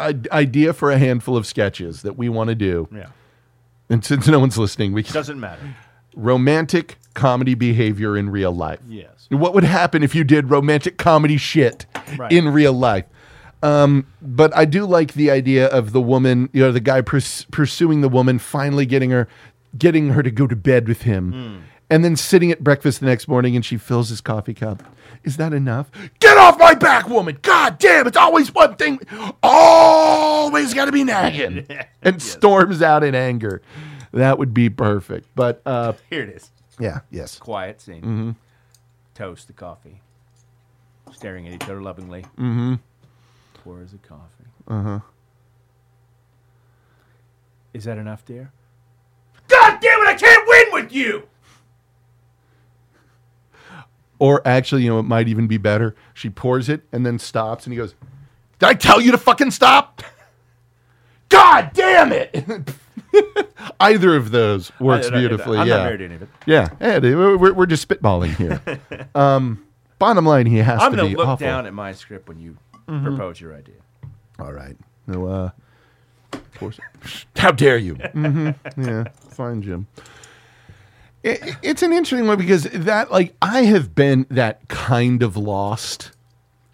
[SPEAKER 1] i- Idea for a handful of sketches that we want to do.
[SPEAKER 3] Yeah.
[SPEAKER 1] And since no one's listening, we can
[SPEAKER 3] Doesn't matter.
[SPEAKER 1] romantic comedy behavior in real life.
[SPEAKER 3] Yes.
[SPEAKER 1] What would happen if you did romantic comedy shit
[SPEAKER 3] Right.
[SPEAKER 1] in real life? Um, but I do like the idea of the woman, you know, the guy pers- pursuing the woman, finally getting her, getting her to go to bed with him,
[SPEAKER 3] Hmm.
[SPEAKER 1] and then sitting at breakfast the next morning, and she fills his coffee cup. Is that enough? Get off my back, woman! God damn, it's always one thing, always got to be nagging, and storms out in anger. That would be perfect. But uh,
[SPEAKER 3] Here it is.
[SPEAKER 1] yeah, yes.
[SPEAKER 3] Quiet scene.
[SPEAKER 1] Mm-hmm.
[SPEAKER 3] Toast the coffee. Staring at each other lovingly. Mm-hmm. Pours the coffee. Uh-huh. Is that enough, dear? God damn it, I can't win with you!
[SPEAKER 1] Or actually, you know, it might even be better. She pours it and then stops and he goes, Did I tell you to fucking stop? God damn it! Either of those works
[SPEAKER 3] I- I- I-
[SPEAKER 1] beautifully.
[SPEAKER 3] I'm
[SPEAKER 1] yeah.
[SPEAKER 3] not married to any of it.
[SPEAKER 1] Yeah. yeah dude, we're, we're- we're just spitballing here. um, bottom line, he has
[SPEAKER 3] I'm
[SPEAKER 1] to
[SPEAKER 3] going
[SPEAKER 1] be
[SPEAKER 3] to look
[SPEAKER 1] awful. Mm-hmm.
[SPEAKER 3] down at my script when you propose your idea.
[SPEAKER 1] All right. No, uh, of course. How dare you? hmm
[SPEAKER 3] Mm-hmm.
[SPEAKER 1] Yeah, fine, Jim. It, it's an interesting one because that, like, I have been that kind of lost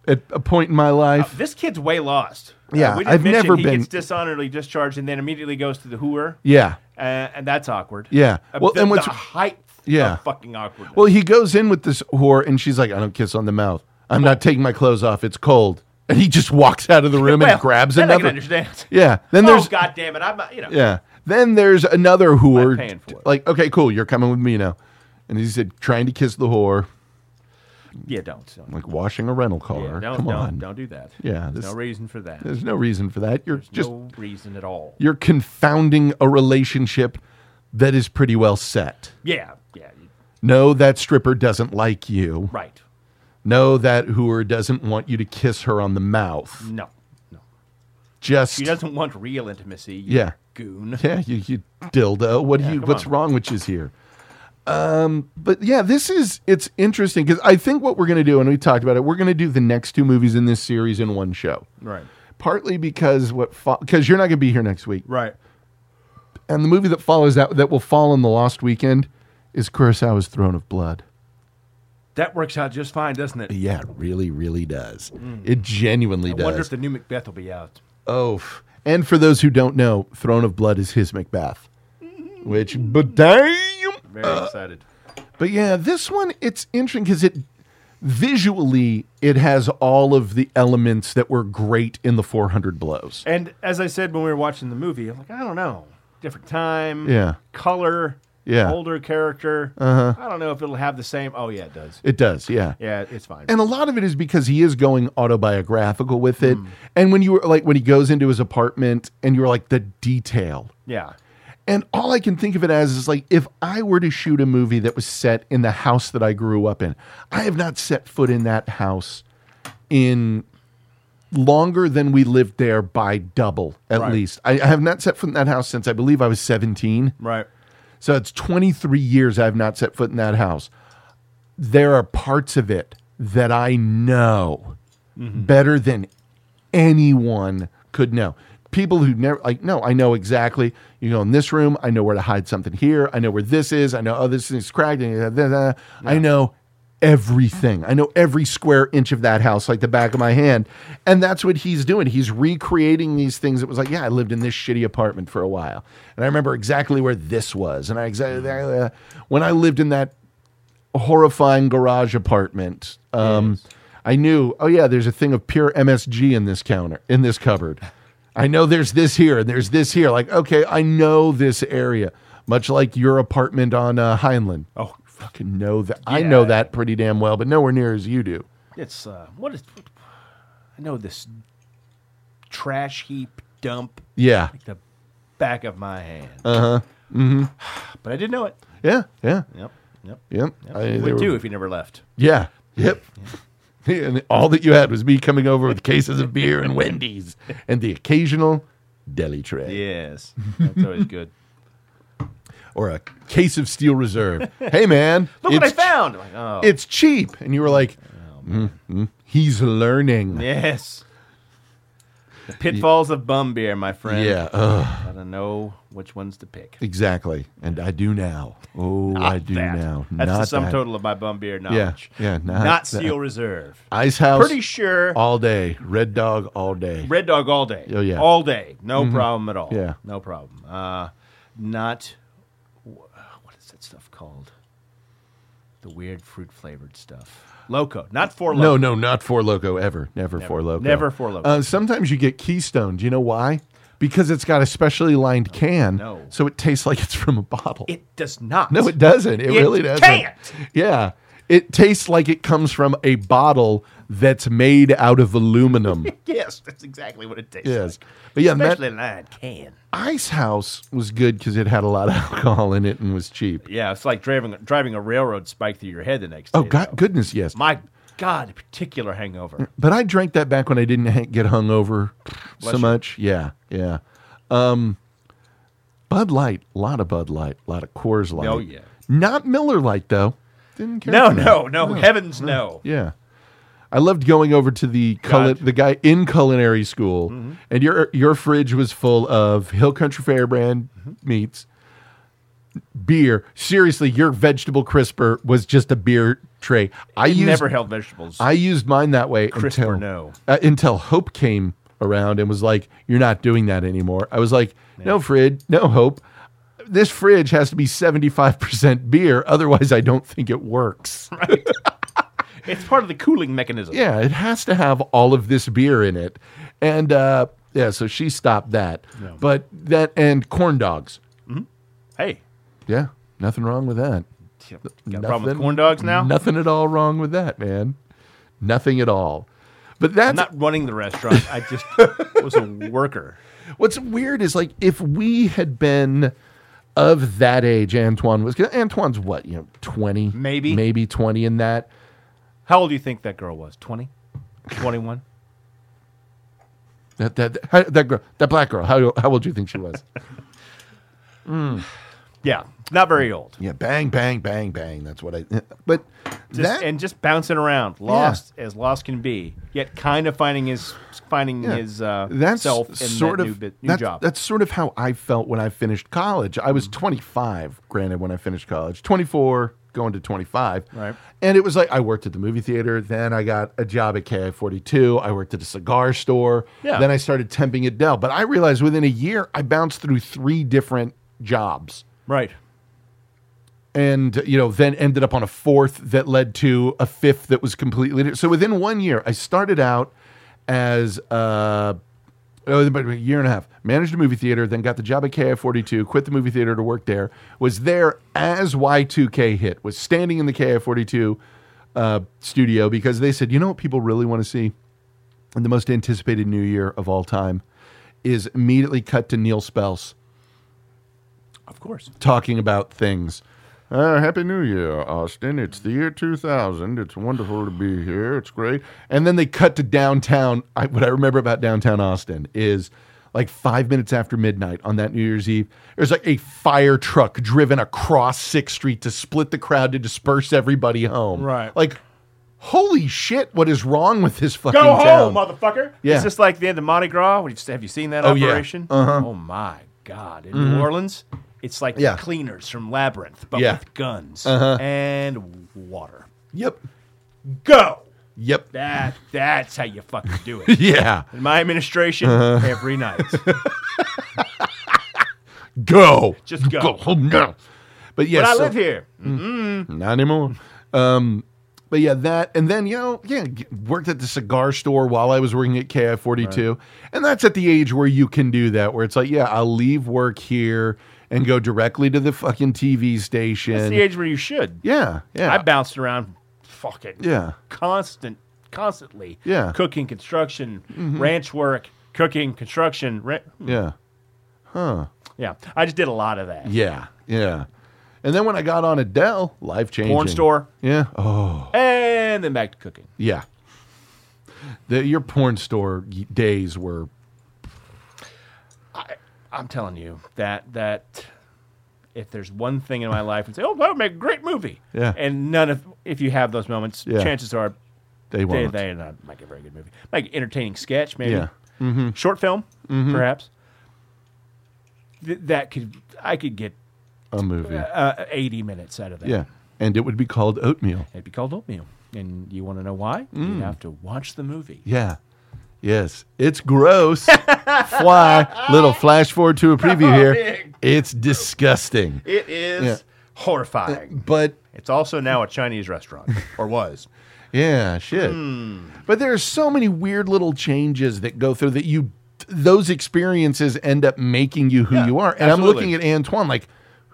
[SPEAKER 1] at a point in my life.
[SPEAKER 3] Uh, This kid's way lost.
[SPEAKER 1] Yeah,
[SPEAKER 3] we didn't
[SPEAKER 1] I've
[SPEAKER 3] mention
[SPEAKER 1] never
[SPEAKER 3] he
[SPEAKER 1] been-
[SPEAKER 3] gets dishonorably discharged and then immediately goes to the hooer.
[SPEAKER 1] yeah.
[SPEAKER 3] Uh, and that's awkward.
[SPEAKER 1] Yeah.
[SPEAKER 3] Uh,
[SPEAKER 1] Well,
[SPEAKER 3] the,
[SPEAKER 1] and what's-
[SPEAKER 3] the height
[SPEAKER 1] Yeah.
[SPEAKER 3] of fucking awkward.
[SPEAKER 1] Well, he goes in with this whore, and she's like, "I don't kiss on the mouth. I'm not taking my clothes off. It's cold." And he just walks out of the room and grabs
[SPEAKER 3] that I can
[SPEAKER 1] another.
[SPEAKER 3] understand.
[SPEAKER 1] Yeah. Then
[SPEAKER 3] oh,
[SPEAKER 1] there's
[SPEAKER 3] God damn it. I'm, not- you know.
[SPEAKER 1] Yeah. Then there's another whore.
[SPEAKER 3] I'm paying for it.
[SPEAKER 1] Like, okay, cool, you're coming with me now. And he said, trying to kiss the whore,
[SPEAKER 3] Yeah, don't. don't.
[SPEAKER 1] like washing a rental car.
[SPEAKER 3] Yeah, don't,
[SPEAKER 1] Come
[SPEAKER 3] don't,
[SPEAKER 1] on.
[SPEAKER 3] don't do that.
[SPEAKER 1] Yeah,
[SPEAKER 3] There's
[SPEAKER 1] this-
[SPEAKER 3] no reason for that.
[SPEAKER 1] There's no reason for that. You're just
[SPEAKER 3] no reason at all.
[SPEAKER 1] you're confounding a relationship that is pretty well set.
[SPEAKER 3] Yeah, yeah, you-
[SPEAKER 1] No, that stripper doesn't like you.
[SPEAKER 3] right.
[SPEAKER 1] No, that whore doesn't want you to kiss her on the mouth.
[SPEAKER 3] No, no.
[SPEAKER 1] Just
[SPEAKER 3] She doesn't want real intimacy. You
[SPEAKER 1] Yeah.
[SPEAKER 3] goon.
[SPEAKER 1] Yeah, you, you dildo. What do you?
[SPEAKER 3] come
[SPEAKER 1] What's
[SPEAKER 3] on.
[SPEAKER 1] wrong with you here? Um, but yeah, this is it's interesting because I think what we're gonna do, and we talked about it, we're gonna do the next two movies in this series in one show.
[SPEAKER 3] Right,
[SPEAKER 1] Partly because what because you're not gonna be here next week,
[SPEAKER 3] right.
[SPEAKER 1] and the movie that follows that that will fall on the Lost Weekend is Kurosawa's Throne of Blood.
[SPEAKER 3] That works out just fine, doesn't it?
[SPEAKER 1] Yeah, it really, really does. It genuinely
[SPEAKER 3] Mm. I wonder if
[SPEAKER 1] does.
[SPEAKER 3] the new Macbeth will be out.
[SPEAKER 1] oh, f- and for those who don't know, Throne of Blood is his Macbeth, which but damn.
[SPEAKER 3] Very
[SPEAKER 1] Uh,
[SPEAKER 3] excited.
[SPEAKER 1] But yeah, this one it's interesting because it visually it has all of the elements that were great in the 400 blows.
[SPEAKER 3] And as I said when we were watching the movie, I'm like, I don't know, different time,
[SPEAKER 1] Yeah.
[SPEAKER 3] color,
[SPEAKER 1] Yeah.
[SPEAKER 3] older character. Uh-huh. I don't know if it'll have the same. Oh yeah, it does.
[SPEAKER 1] It does, yeah.
[SPEAKER 3] Yeah, it's fine.
[SPEAKER 1] And a lot of it is because he is going autobiographical with it. And when you were like, when he goes into his apartment and you're like, the detail.
[SPEAKER 3] yeah,
[SPEAKER 1] And all I can think of it as is like, if I were to shoot a movie that was set in the house that I grew up in, I have not set foot in that house in longer than we lived there by double, at
[SPEAKER 3] Right.
[SPEAKER 1] least. I, I have not set foot in that house since I believe I was 17.
[SPEAKER 3] right.
[SPEAKER 1] So it's 23 years I've not set foot in that house. There are parts of it that I know better than anyone could know. People who never like, no, I know exactly. You go in this room, I know where to hide something here. I know where this is. I know oh this thing's cracked. And da, da, da. I know everything. I know every square inch of that house like the back of my hand. And that's what he's doing. He's recreating these things. It was like, yeah, I lived in this shitty apartment for a while, and I remember exactly where this was, and I exactly uh, when I lived in that horrifying garage apartment. Um, I knew, oh yeah, there's a thing of pure MSG in this counter, in this cupboard. I know there's this here and there's this here. Like, okay, I know this area, much like your apartment on uh, Heinlein.
[SPEAKER 3] Oh.
[SPEAKER 1] fucking know that. I know
[SPEAKER 3] Yeah.
[SPEAKER 1] that pretty damn well, but nowhere near as you do.
[SPEAKER 3] It's uh, what is? I know this trash heap dump
[SPEAKER 1] Yeah,
[SPEAKER 3] like the back of my hand. Uh huh.
[SPEAKER 1] Uh-huh.
[SPEAKER 3] Mm-hmm. But I did know it.
[SPEAKER 1] yeah, yeah,
[SPEAKER 3] Yep. Yep.
[SPEAKER 1] yep.
[SPEAKER 3] yep.
[SPEAKER 1] I-
[SPEAKER 3] you
[SPEAKER 1] they
[SPEAKER 3] would
[SPEAKER 1] were-
[SPEAKER 3] do if you never left.
[SPEAKER 1] Yeah, yep. and all that you had was me coming over with cases of beer and Wendy's and the occasional deli tray.
[SPEAKER 3] Yes, that's always good.
[SPEAKER 1] or a case of steel reserve. hey man,
[SPEAKER 3] Look what I found. Oh, I'm like, oh,
[SPEAKER 1] It's cheap, and you were like, "Mm, mm, he's learning.
[SPEAKER 3] yes. The pitfalls of bum beer, my friend.
[SPEAKER 1] Yeah, ugh,
[SPEAKER 3] Gotta know which ones to pick.
[SPEAKER 1] exactly. And I do now. Oh, I do
[SPEAKER 3] That.
[SPEAKER 1] now.
[SPEAKER 3] That's
[SPEAKER 1] Not
[SPEAKER 3] the sum
[SPEAKER 1] that.
[SPEAKER 3] total of my bum beer knowledge.
[SPEAKER 1] yeah, not that.
[SPEAKER 3] Seal Reserve.
[SPEAKER 1] Ice House
[SPEAKER 3] Pretty sure
[SPEAKER 1] all day. Red Dog all day.
[SPEAKER 3] Red Dog all day.
[SPEAKER 1] Oh, yeah.
[SPEAKER 3] all day. No problem at all.
[SPEAKER 1] Yeah.
[SPEAKER 3] no problem. Uh, not wh- what is that stuff called? The weird fruit flavored stuff. Loco, not for loco.
[SPEAKER 1] No, no, not Four Loco ever. Never, Four Loco.
[SPEAKER 3] Never Four Loko.
[SPEAKER 1] Uh, sometimes you get Keystone. Do you know why? Because it's got a specially lined can,
[SPEAKER 3] no.
[SPEAKER 1] so it tastes like it's from a bottle.
[SPEAKER 3] it does not.
[SPEAKER 1] No, it doesn't. It,
[SPEAKER 3] It
[SPEAKER 1] really doesn't.
[SPEAKER 3] can't.
[SPEAKER 1] Yeah. It tastes like it comes from a bottle that's made out of aluminum.
[SPEAKER 3] Yes, that's exactly what it tastes
[SPEAKER 1] yes.
[SPEAKER 3] like.
[SPEAKER 1] But yeah, that
[SPEAKER 3] Especially lined can.
[SPEAKER 1] Ice House was good because it had a lot of alcohol in it and was cheap.
[SPEAKER 3] Yeah, it's like driving driving a railroad spike through your head the next day.
[SPEAKER 1] Oh, God, Mm,
[SPEAKER 3] though.
[SPEAKER 1] goodness, yes.
[SPEAKER 3] My God, a particular hangover.
[SPEAKER 1] But I drank that back when I didn't ha- get hungover so
[SPEAKER 3] Bless you.
[SPEAKER 1] much. Yeah, yeah. Um, Bud Light, a lot of Bud Light, a lot of Coors Light.
[SPEAKER 3] Oh, yeah.
[SPEAKER 1] Not Miller Light though. Didn't care.
[SPEAKER 3] No,
[SPEAKER 1] for Mm. that.
[SPEAKER 3] no, no. Heavens, no.
[SPEAKER 1] Yeah. I loved going over to the culi-
[SPEAKER 3] God.
[SPEAKER 1] the guy in culinary school,
[SPEAKER 3] Mm-hmm.
[SPEAKER 1] and your your fridge was full of Hill Country Fair brand
[SPEAKER 3] Mm-hmm.
[SPEAKER 1] meats, beer. Seriously, your vegetable crisper was just a beer tray. I
[SPEAKER 3] I
[SPEAKER 1] used
[SPEAKER 3] never held vegetables.
[SPEAKER 1] I used mine that way
[SPEAKER 3] Crisper,
[SPEAKER 1] until
[SPEAKER 3] no.
[SPEAKER 1] uh, until Hope came around and was like, "You're not doing that anymore." I was like, "No, Frid, no Hope. This fridge has to be seventy five percent beer, otherwise, I don't think it works."
[SPEAKER 3] it's part of the cooling mechanism.
[SPEAKER 1] yeah, it has to have all of this beer in it. And uh, yeah, so she stopped that. But that and corn dogs.
[SPEAKER 3] Hey,
[SPEAKER 1] Yeah, nothing wrong with that.
[SPEAKER 3] got a problem with
[SPEAKER 1] Nothing-
[SPEAKER 3] corn dogs now?
[SPEAKER 1] Nothing at all wrong with that, man. Nothing at all. But that's
[SPEAKER 3] I'm not running the restaurant. I just was a worker.
[SPEAKER 1] what's weird is like if we had been of that age, Antoine was 'cause Antoine's what, you know, 20?
[SPEAKER 3] Maybe.
[SPEAKER 1] Maybe 20 in that.
[SPEAKER 3] How old do you think that girl was? 20? 21?
[SPEAKER 1] That that that, that girl, that black girl. How how old do you think she was?
[SPEAKER 3] Yeah, not very old.
[SPEAKER 1] yeah, bang bang bang bang. That's what I But
[SPEAKER 3] Just,
[SPEAKER 1] that
[SPEAKER 3] and just bouncing around, lost as lost can be, yet kind of finding his finding
[SPEAKER 1] Yeah.
[SPEAKER 3] his uh,
[SPEAKER 1] that's
[SPEAKER 3] self in
[SPEAKER 1] sort
[SPEAKER 3] that
[SPEAKER 1] of
[SPEAKER 3] new, bit, new
[SPEAKER 1] that's,
[SPEAKER 3] job.
[SPEAKER 1] that's sort of how I felt when I finished college. I was 25, granted, when I finished college, 24 going to 25.
[SPEAKER 3] Right.
[SPEAKER 1] And it was like I worked at the movie theater. Then I got a job at KI 42. I worked at a cigar store.
[SPEAKER 3] Yeah.
[SPEAKER 1] Then I started temping at Dell. But I realized within a year, I bounced through three different jobs
[SPEAKER 3] right.
[SPEAKER 1] and you know then ended up on a fourth that led to a fifth that was completely so within one year i started out as uh, oh, about a year and a half. Managed a movie theater, then got the job at KF42, quit the movie theater to work there. Was there as Y2K hit, was standing in the KF42 uh, studio because they said, you know what people really want to see? And the most anticipated new year of all time is immediately cut to Neil Spells
[SPEAKER 3] Of course.
[SPEAKER 1] talking about things. Uh, Happy New Year, Austin. It's the year 2000. It's wonderful to be here. It's great. And then they cut to downtown. I, what I remember about downtown Austin is like five minutes after midnight on that New Year's Eve, there's like a fire truck driven across 6th Street to split the crowd to disperse everybody home.
[SPEAKER 3] Right.
[SPEAKER 1] Like, holy shit, what is wrong with this fucking
[SPEAKER 3] Go
[SPEAKER 1] town?
[SPEAKER 3] home, motherfucker.
[SPEAKER 1] Yeah.
[SPEAKER 3] It's just like the end of Mardi Gras. We've- Have you seen that
[SPEAKER 1] Oh, yeah. Mm-hmm.
[SPEAKER 3] operation? Oh, my God. In New Orleans, it's like
[SPEAKER 1] Yeah.
[SPEAKER 3] the cleaners from Labyrinth, but
[SPEAKER 1] Yeah. Uh-huh.
[SPEAKER 3] with guns and water.
[SPEAKER 1] Yep.
[SPEAKER 3] Go.
[SPEAKER 1] Yep.
[SPEAKER 3] That That's how you fucking do it.
[SPEAKER 1] Yeah.
[SPEAKER 3] In my administration,
[SPEAKER 1] Uh-huh.
[SPEAKER 3] every night.
[SPEAKER 1] Go.
[SPEAKER 3] Just go.
[SPEAKER 1] Go home now. But yes,
[SPEAKER 3] But I
[SPEAKER 1] so-
[SPEAKER 3] live here.
[SPEAKER 1] Not anymore. Um, but yeah, that and then you know, yeah, g- worked at the cigar store while I was working at KI forty two, and that's at the age where you can do that, where it's like, yeah, I'll leave work here and go directly to the fucking TV station.
[SPEAKER 3] That's the age where you should.
[SPEAKER 1] yeah, yeah,
[SPEAKER 3] I bounced around fucking
[SPEAKER 1] yeah,
[SPEAKER 3] constant, constantly.
[SPEAKER 1] Yeah. Mm-hmm.
[SPEAKER 3] Cooking, construction, ranch work, cooking, construction. Ra-
[SPEAKER 1] yeah,
[SPEAKER 3] yeah. I just did a lot of that.
[SPEAKER 1] yeah, yeah. And then when I got on Adele, life changing.
[SPEAKER 3] Porn store.
[SPEAKER 1] Yeah. Oh,
[SPEAKER 3] And then back to cooking.
[SPEAKER 1] yeah. The, your porn store y- days were
[SPEAKER 3] I'm telling you that that if there's one thing in my life and say, oh, that would make a great movie.
[SPEAKER 1] Yeah.
[SPEAKER 3] And none of if you have those moments,
[SPEAKER 1] Yeah.
[SPEAKER 3] chances are
[SPEAKER 1] they
[SPEAKER 3] they
[SPEAKER 1] weren't.
[SPEAKER 3] they not make a very good movie. Like entertaining sketch, maybe.
[SPEAKER 1] Yeah. Mm-hmm.
[SPEAKER 3] Short film, perhaps. Th- that could I could get
[SPEAKER 1] a movie.
[SPEAKER 3] uh, 80 minutes out of that.
[SPEAKER 1] Yeah, and it would be called oatmeal.
[SPEAKER 3] It'd be called oatmeal. And you want to know why? You have to watch the movie.
[SPEAKER 1] Mm. Yeah. Yes. It's gross. Fly. Little flash forward to a preview here.
[SPEAKER 3] Oh, man.
[SPEAKER 1] It's disgusting.
[SPEAKER 3] It is
[SPEAKER 1] Yeah.
[SPEAKER 3] horrifying.
[SPEAKER 1] But
[SPEAKER 3] It's also now a Chinese restaurant, or was.
[SPEAKER 1] yeah, shit.
[SPEAKER 3] Hmm.
[SPEAKER 1] But there are so many weird little changes that go through that you those experiences end up making you who you are. And I'm
[SPEAKER 3] absolutely.
[SPEAKER 1] looking at Antoine like,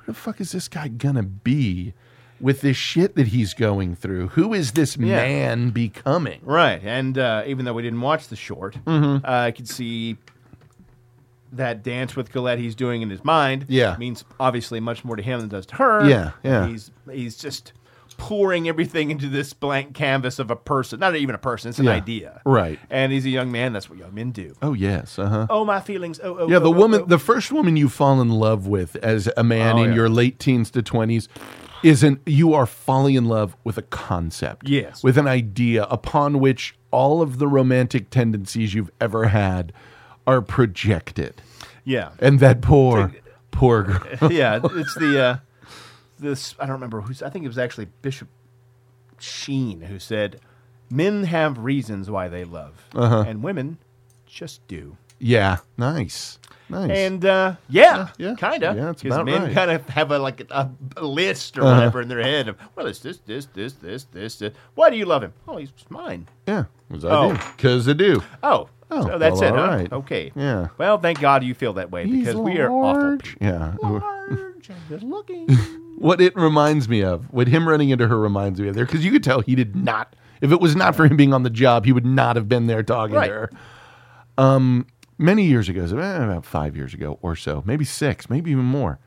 [SPEAKER 1] who the fuck is this guy gonna be with this shit that he's going through? Who is this man becoming?
[SPEAKER 3] Right. And uh, even though we didn't watch the short,
[SPEAKER 1] Mm-hmm.
[SPEAKER 3] uh, I could see that dance with Colette he's doing in his mind
[SPEAKER 1] Yeah.
[SPEAKER 3] means obviously much more to him than it does to her.
[SPEAKER 1] Yeah, yeah.
[SPEAKER 3] He's, he's just pouring everything into this blank canvas of a person. Not even a person, it's an
[SPEAKER 1] Yeah.
[SPEAKER 3] idea.
[SPEAKER 1] Right.
[SPEAKER 3] And he's a young man. That's what young men do.
[SPEAKER 1] Oh yes, uh huh.
[SPEAKER 3] Oh, my feelings. Oh, oh
[SPEAKER 1] Yeah,
[SPEAKER 3] oh,
[SPEAKER 1] the
[SPEAKER 3] oh,
[SPEAKER 1] woman,
[SPEAKER 3] oh.
[SPEAKER 1] the first woman you fall in love with as a man
[SPEAKER 3] Oh,
[SPEAKER 1] in
[SPEAKER 3] yeah.
[SPEAKER 1] your late teens to 20s is an you are falling in love with a concept.
[SPEAKER 3] Yes.
[SPEAKER 1] With an idea upon which all of the romantic tendencies you've ever had are projected.
[SPEAKER 3] Yeah.
[SPEAKER 1] And that poor poor girl.
[SPEAKER 3] yeah, it's the uh, this I don't remember who's I think it was actually Bishop Sheen who said men have reasons why they love
[SPEAKER 1] Uh-huh.
[SPEAKER 3] and women just do.
[SPEAKER 1] yeah. Nice. Nice.
[SPEAKER 3] And uh, yeah,
[SPEAKER 1] yeah,
[SPEAKER 3] kind of.
[SPEAKER 1] yeah, it's about right.
[SPEAKER 3] men
[SPEAKER 1] Uh-huh.
[SPEAKER 3] kind of have a like a, a list or whatever in their head of well, it's this, this, this, this, this, this. Why do you love him? Oh, he's mine.
[SPEAKER 1] yeah. Because
[SPEAKER 3] Oh.
[SPEAKER 1] I do. 'Cause I do.
[SPEAKER 3] Oh,
[SPEAKER 1] Oh,
[SPEAKER 3] so that's
[SPEAKER 1] well,
[SPEAKER 3] it.
[SPEAKER 1] all
[SPEAKER 3] huh?
[SPEAKER 1] right.
[SPEAKER 3] Okay.
[SPEAKER 1] Yeah.
[SPEAKER 3] Well, thank God you feel that way
[SPEAKER 1] He's
[SPEAKER 3] because we are awful.
[SPEAKER 1] large. Yeah.
[SPEAKER 3] people. Large and good looking.
[SPEAKER 1] what it reminds me of, what him running into her reminds me of there, because you could tell he did not. If it was not for him being on the job, he would not have been there talking
[SPEAKER 3] Right.
[SPEAKER 1] to her. Um, many years ago, so, eh, about five years ago or so, maybe six, maybe even more,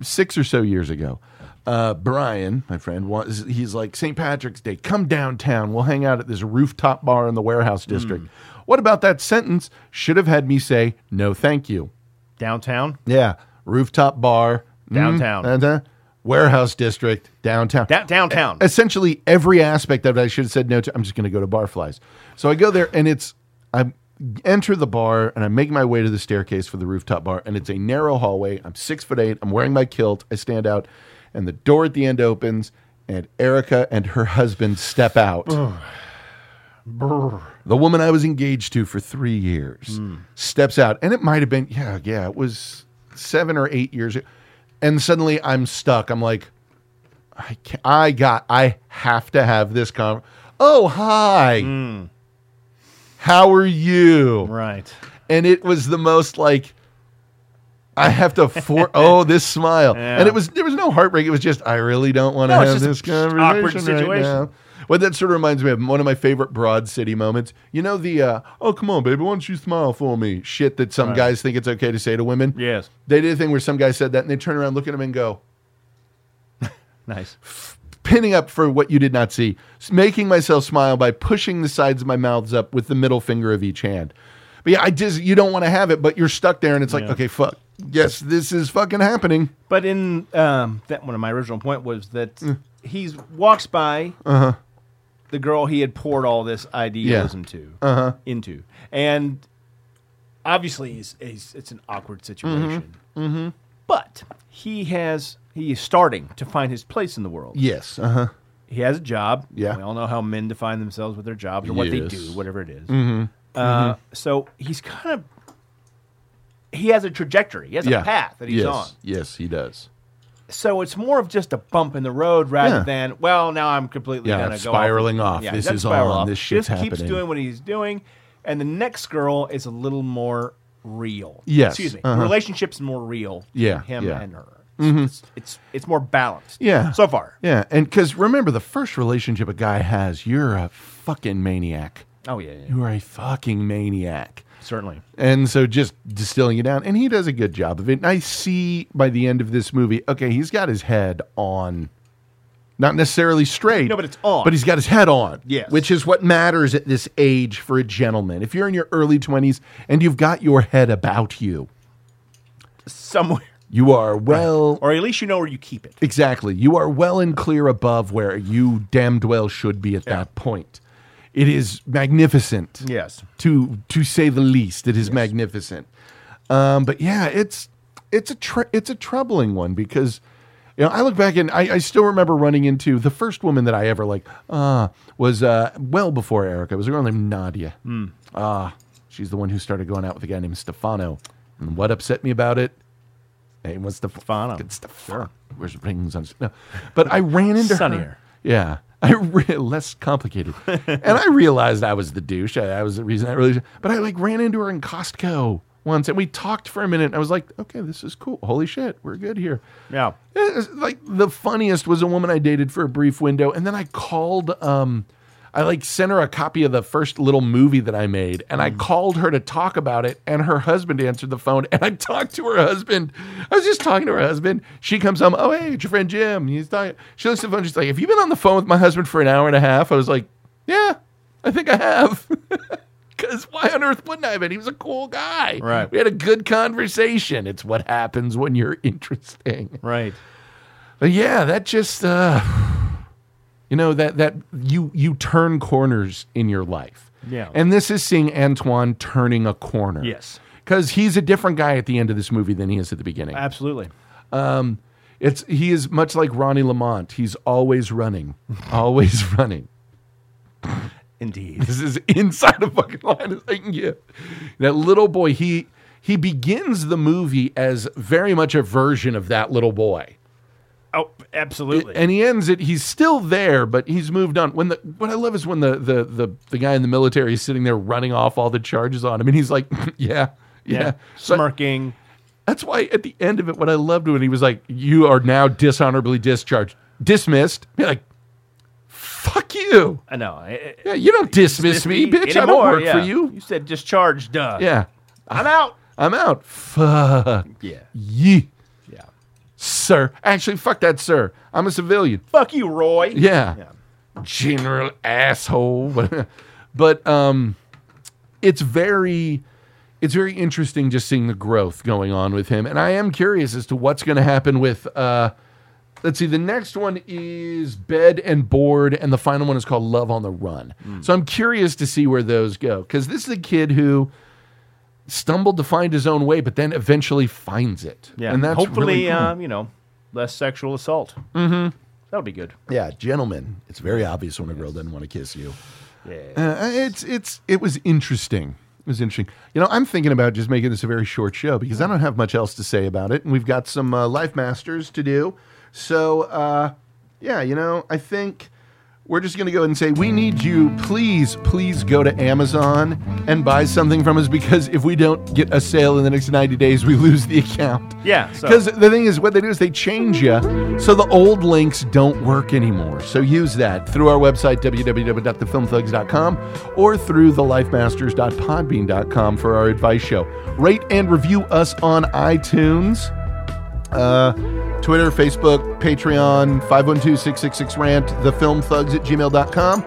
[SPEAKER 1] six or so years ago, uh, Brian, my friend, was he's like St. Patrick's Day. Come downtown. We'll hang out at this rooftop bar in the warehouse district. What about that sentence? Should have had me say no, thank you.
[SPEAKER 3] Downtown.
[SPEAKER 1] Yeah, rooftop bar Mm,
[SPEAKER 3] Downtown.
[SPEAKER 1] uh-huh. warehouse district, downtown.
[SPEAKER 3] Da- downtown.
[SPEAKER 1] Essentially, every aspect of it, I should have said no to. I'm just going to go to Barflies. So I go there, and it's I enter the bar, and I make my way to the staircase for the rooftop bar, and it's a narrow hallway. I'm six foot eight. I'm wearing my kilt. I stand out, and the door at the end opens, and Erica and her husband step out. The woman I was engaged to for three years steps out, and it might have been, yeah, yeah, it was seven or eight years. And suddenly I'm stuck. I'm like, I, can't, I got, I have to have this con. Oh, hi. How are you?
[SPEAKER 3] Right.
[SPEAKER 1] and it was the most like I have to for oh this smile,
[SPEAKER 3] Yeah.
[SPEAKER 1] and it was there was no heartbreak. It was just I really don't want to
[SPEAKER 3] No,
[SPEAKER 1] have
[SPEAKER 3] it's just a
[SPEAKER 1] this
[SPEAKER 3] awkward
[SPEAKER 1] conversation right
[SPEAKER 3] situation.
[SPEAKER 1] now. Well, that sort of reminds me of one of my favorite broad city moments. You know the uh, oh come on baby, why don't you smile for me? Shit that some guys think it's okay to say to women.
[SPEAKER 3] Yes.
[SPEAKER 1] They did a thing where some guy said that, and they turn around, look at him, and go,
[SPEAKER 3] Nice.
[SPEAKER 1] pinning up for what you did not see, s- making myself smile by pushing the sides of my mouths up with the middle finger of each hand. But yeah, I just you don't want to have it, but you're stuck there, and it's like,
[SPEAKER 3] Yeah.
[SPEAKER 1] okay, fuck. Yes, this is fucking happening.
[SPEAKER 3] But in um, that one of my original point was that he walks by the girl he had poured all this idealism to into, and obviously he's, he's, it's an awkward situation. Mm-hmm. But he has he is starting to find his place in the world.
[SPEAKER 1] Yes. Uh huh.
[SPEAKER 3] He has a job.
[SPEAKER 1] Yeah.
[SPEAKER 3] we all know how men define themselves with their jobs or what
[SPEAKER 1] Yes. Mm-hmm.
[SPEAKER 3] they do, whatever it is. Uh, So he's kind of he has a trajectory. He has
[SPEAKER 1] Yeah.
[SPEAKER 3] a path that he's
[SPEAKER 1] yes.
[SPEAKER 3] on.
[SPEAKER 1] Yes, he does.
[SPEAKER 3] So it's more of just a bump in the road rather
[SPEAKER 1] Yeah.
[SPEAKER 3] than well now I'm completely
[SPEAKER 1] Yeah,
[SPEAKER 3] gonna
[SPEAKER 1] spiraling
[SPEAKER 3] go
[SPEAKER 1] off. This
[SPEAKER 3] doesn't
[SPEAKER 1] is
[SPEAKER 3] spiral
[SPEAKER 1] on.
[SPEAKER 3] off.
[SPEAKER 1] This
[SPEAKER 3] He just
[SPEAKER 1] shit's
[SPEAKER 3] keeps
[SPEAKER 1] happening.
[SPEAKER 3] doing what he's doing, and the next girl is a little more real.
[SPEAKER 1] Yes,
[SPEAKER 3] excuse me.
[SPEAKER 1] uh-huh.
[SPEAKER 3] The relationship's more real.
[SPEAKER 1] Yeah,
[SPEAKER 3] between him
[SPEAKER 1] yeah. Mm-hmm.
[SPEAKER 3] and her. It's, it's it's more balanced.
[SPEAKER 1] Yeah.
[SPEAKER 3] so far.
[SPEAKER 1] Yeah, and because remember, the first relationship a guy has, you're a fucking maniac.
[SPEAKER 3] Oh yeah, yeah,
[SPEAKER 1] You are a fucking maniac.
[SPEAKER 3] certainly.
[SPEAKER 1] And so just distilling it down. And he does a good job of it. And I see by the end of this movie, okay, he's got his head on, not necessarily straight.
[SPEAKER 3] No, but it's on.
[SPEAKER 1] But he's got his head on.
[SPEAKER 3] Yes.
[SPEAKER 1] Which is what matters at this age for a gentleman. If you're in your early 20s and you've got your head about you,
[SPEAKER 3] Somewhere,
[SPEAKER 1] you are well.
[SPEAKER 3] or at least you know where you keep it.
[SPEAKER 1] Exactly. You are well and clear above where you damned well should be at that point. It is magnificent
[SPEAKER 3] Yes.
[SPEAKER 1] to to say the least. It is magnificent. Um, but yeah, it's it's a tr- it's a troubling one because you know I look back and I, I still remember running into the first woman that I ever like uh, was uh, well before Erica. It was a girl named Nadia.
[SPEAKER 3] Hmm.
[SPEAKER 1] Ah, she's the one who started going out with a guy named Stefano. And what upset me about it? Name was
[SPEAKER 3] Stefano.
[SPEAKER 1] Stefano. Stefano. Um, Where's rings on? No, but I ran into her-
[SPEAKER 3] Sunnier.
[SPEAKER 1] Yeah. I re- less complicated, and I realized I was the douche. I, I was the reason I really. But I like ran into her in Costco once, and we talked for a minute. And I was like, "Okay, this is cool. Holy shit, we're good here."
[SPEAKER 3] Yeah.
[SPEAKER 1] It was, like the funniest was a woman I dated for a brief window, and then I called. Um, I like sent her a copy of the first little movie that I made, and I called her to talk about it. And her husband answered the phone, and I talked to her husband. I was just talking to her husband. She comes home. Oh hey, it's your friend Jim. He's talking. She looks at the phone. She's like, "Have you been on the phone with my husband for an hour and a half?" I was like, "Yeah, I think I have." Because why on earth wouldn't I have been? He was a cool guy.
[SPEAKER 3] Right.
[SPEAKER 1] We had a good conversation. It's what happens when you're interesting.
[SPEAKER 3] Right.
[SPEAKER 1] But yeah, that just uh, you know that that you you turn corners in your life.
[SPEAKER 3] Yeah.
[SPEAKER 1] And this is seeing Antoine turning a corner.
[SPEAKER 3] Yes.
[SPEAKER 1] Because he's a different guy at the end of this movie than he is at the beginning.
[SPEAKER 3] Absolutely.
[SPEAKER 1] It's he is much like Ronnie Lamont. He's always running, always running.
[SPEAKER 3] Indeed.
[SPEAKER 1] This is inside a fucking line as I can get. That little boy, he he begins the movie as very much a version of that little boy.
[SPEAKER 3] Oh, absolutely.
[SPEAKER 1] And he ends it. He's still there, but he's moved on. When the what I love is when the the the, the guy in the military is sitting there running off all the charges on him, and he's like, "Yeah, yeah."
[SPEAKER 3] yeah.
[SPEAKER 1] uh, So
[SPEAKER 3] Smirking.
[SPEAKER 1] that's why at the end of it, what I loved when he was like, "You are now dishonorably discharged, dismissed." Be like, "Fuck you!
[SPEAKER 3] I know. I- I-
[SPEAKER 1] Yeah, you don't dismiss, me, bitch. I don't
[SPEAKER 3] anymore,
[SPEAKER 1] work
[SPEAKER 3] yeah.
[SPEAKER 1] for you.
[SPEAKER 3] You said discharge, duh.
[SPEAKER 1] Yeah,
[SPEAKER 3] I'm out.
[SPEAKER 1] I'm out. Fuck
[SPEAKER 3] Yeah.
[SPEAKER 1] ye,
[SPEAKER 3] Yeah.
[SPEAKER 1] sir. Actually, fuck that, sir. I'm a civilian.
[SPEAKER 3] Fuck you, Roy.
[SPEAKER 1] Yeah."
[SPEAKER 3] Yeah.
[SPEAKER 1] general asshole. but um, it's very it's very interesting just seeing the growth going on with him, and I am curious as to what's going to happen with. Uh, let's see, the next one is Bed and Board, and the final one is called Love on the Run.
[SPEAKER 3] Hmm.
[SPEAKER 1] So I'm curious to see where those go because this is a kid who stumbled to find his own way, but then eventually finds it.
[SPEAKER 3] Yeah.
[SPEAKER 1] and that's
[SPEAKER 3] Hopefully,
[SPEAKER 1] really cool.
[SPEAKER 3] um, you know, less sexual assault. Mm-hmm. That'll be good.
[SPEAKER 1] yeah, gentlemen, it's very obvious when a girl doesn't want to kiss you.
[SPEAKER 3] Yeah.
[SPEAKER 1] Uh, it's it's it was interesting. It was interesting. You know, I'm thinking about just making this a very short show because I don't have much else to say about it, and we've got some uh, life masters to do. So, uh, yeah, you know, I think we're we're just going to go ahead and say, we need you. Please, please go to Amazon and buy something from us because if we don't get a sale in the next 90 days, we lose the account.
[SPEAKER 3] Yeah, so-
[SPEAKER 1] Because the thing is, what they do is they change you so the old links don't work anymore. So use that through our website, www.thefilmthugs.com, or through thelifemasters.podbean.com for our advice show. Rate and review us on iTunes uh, Twitter, Facebook, Patreon, 512 666 rant, thefilmthugs at gmail.com.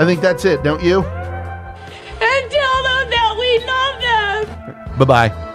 [SPEAKER 1] I think that's it, don't you?
[SPEAKER 6] And tell them that we love them.
[SPEAKER 1] Bye bye.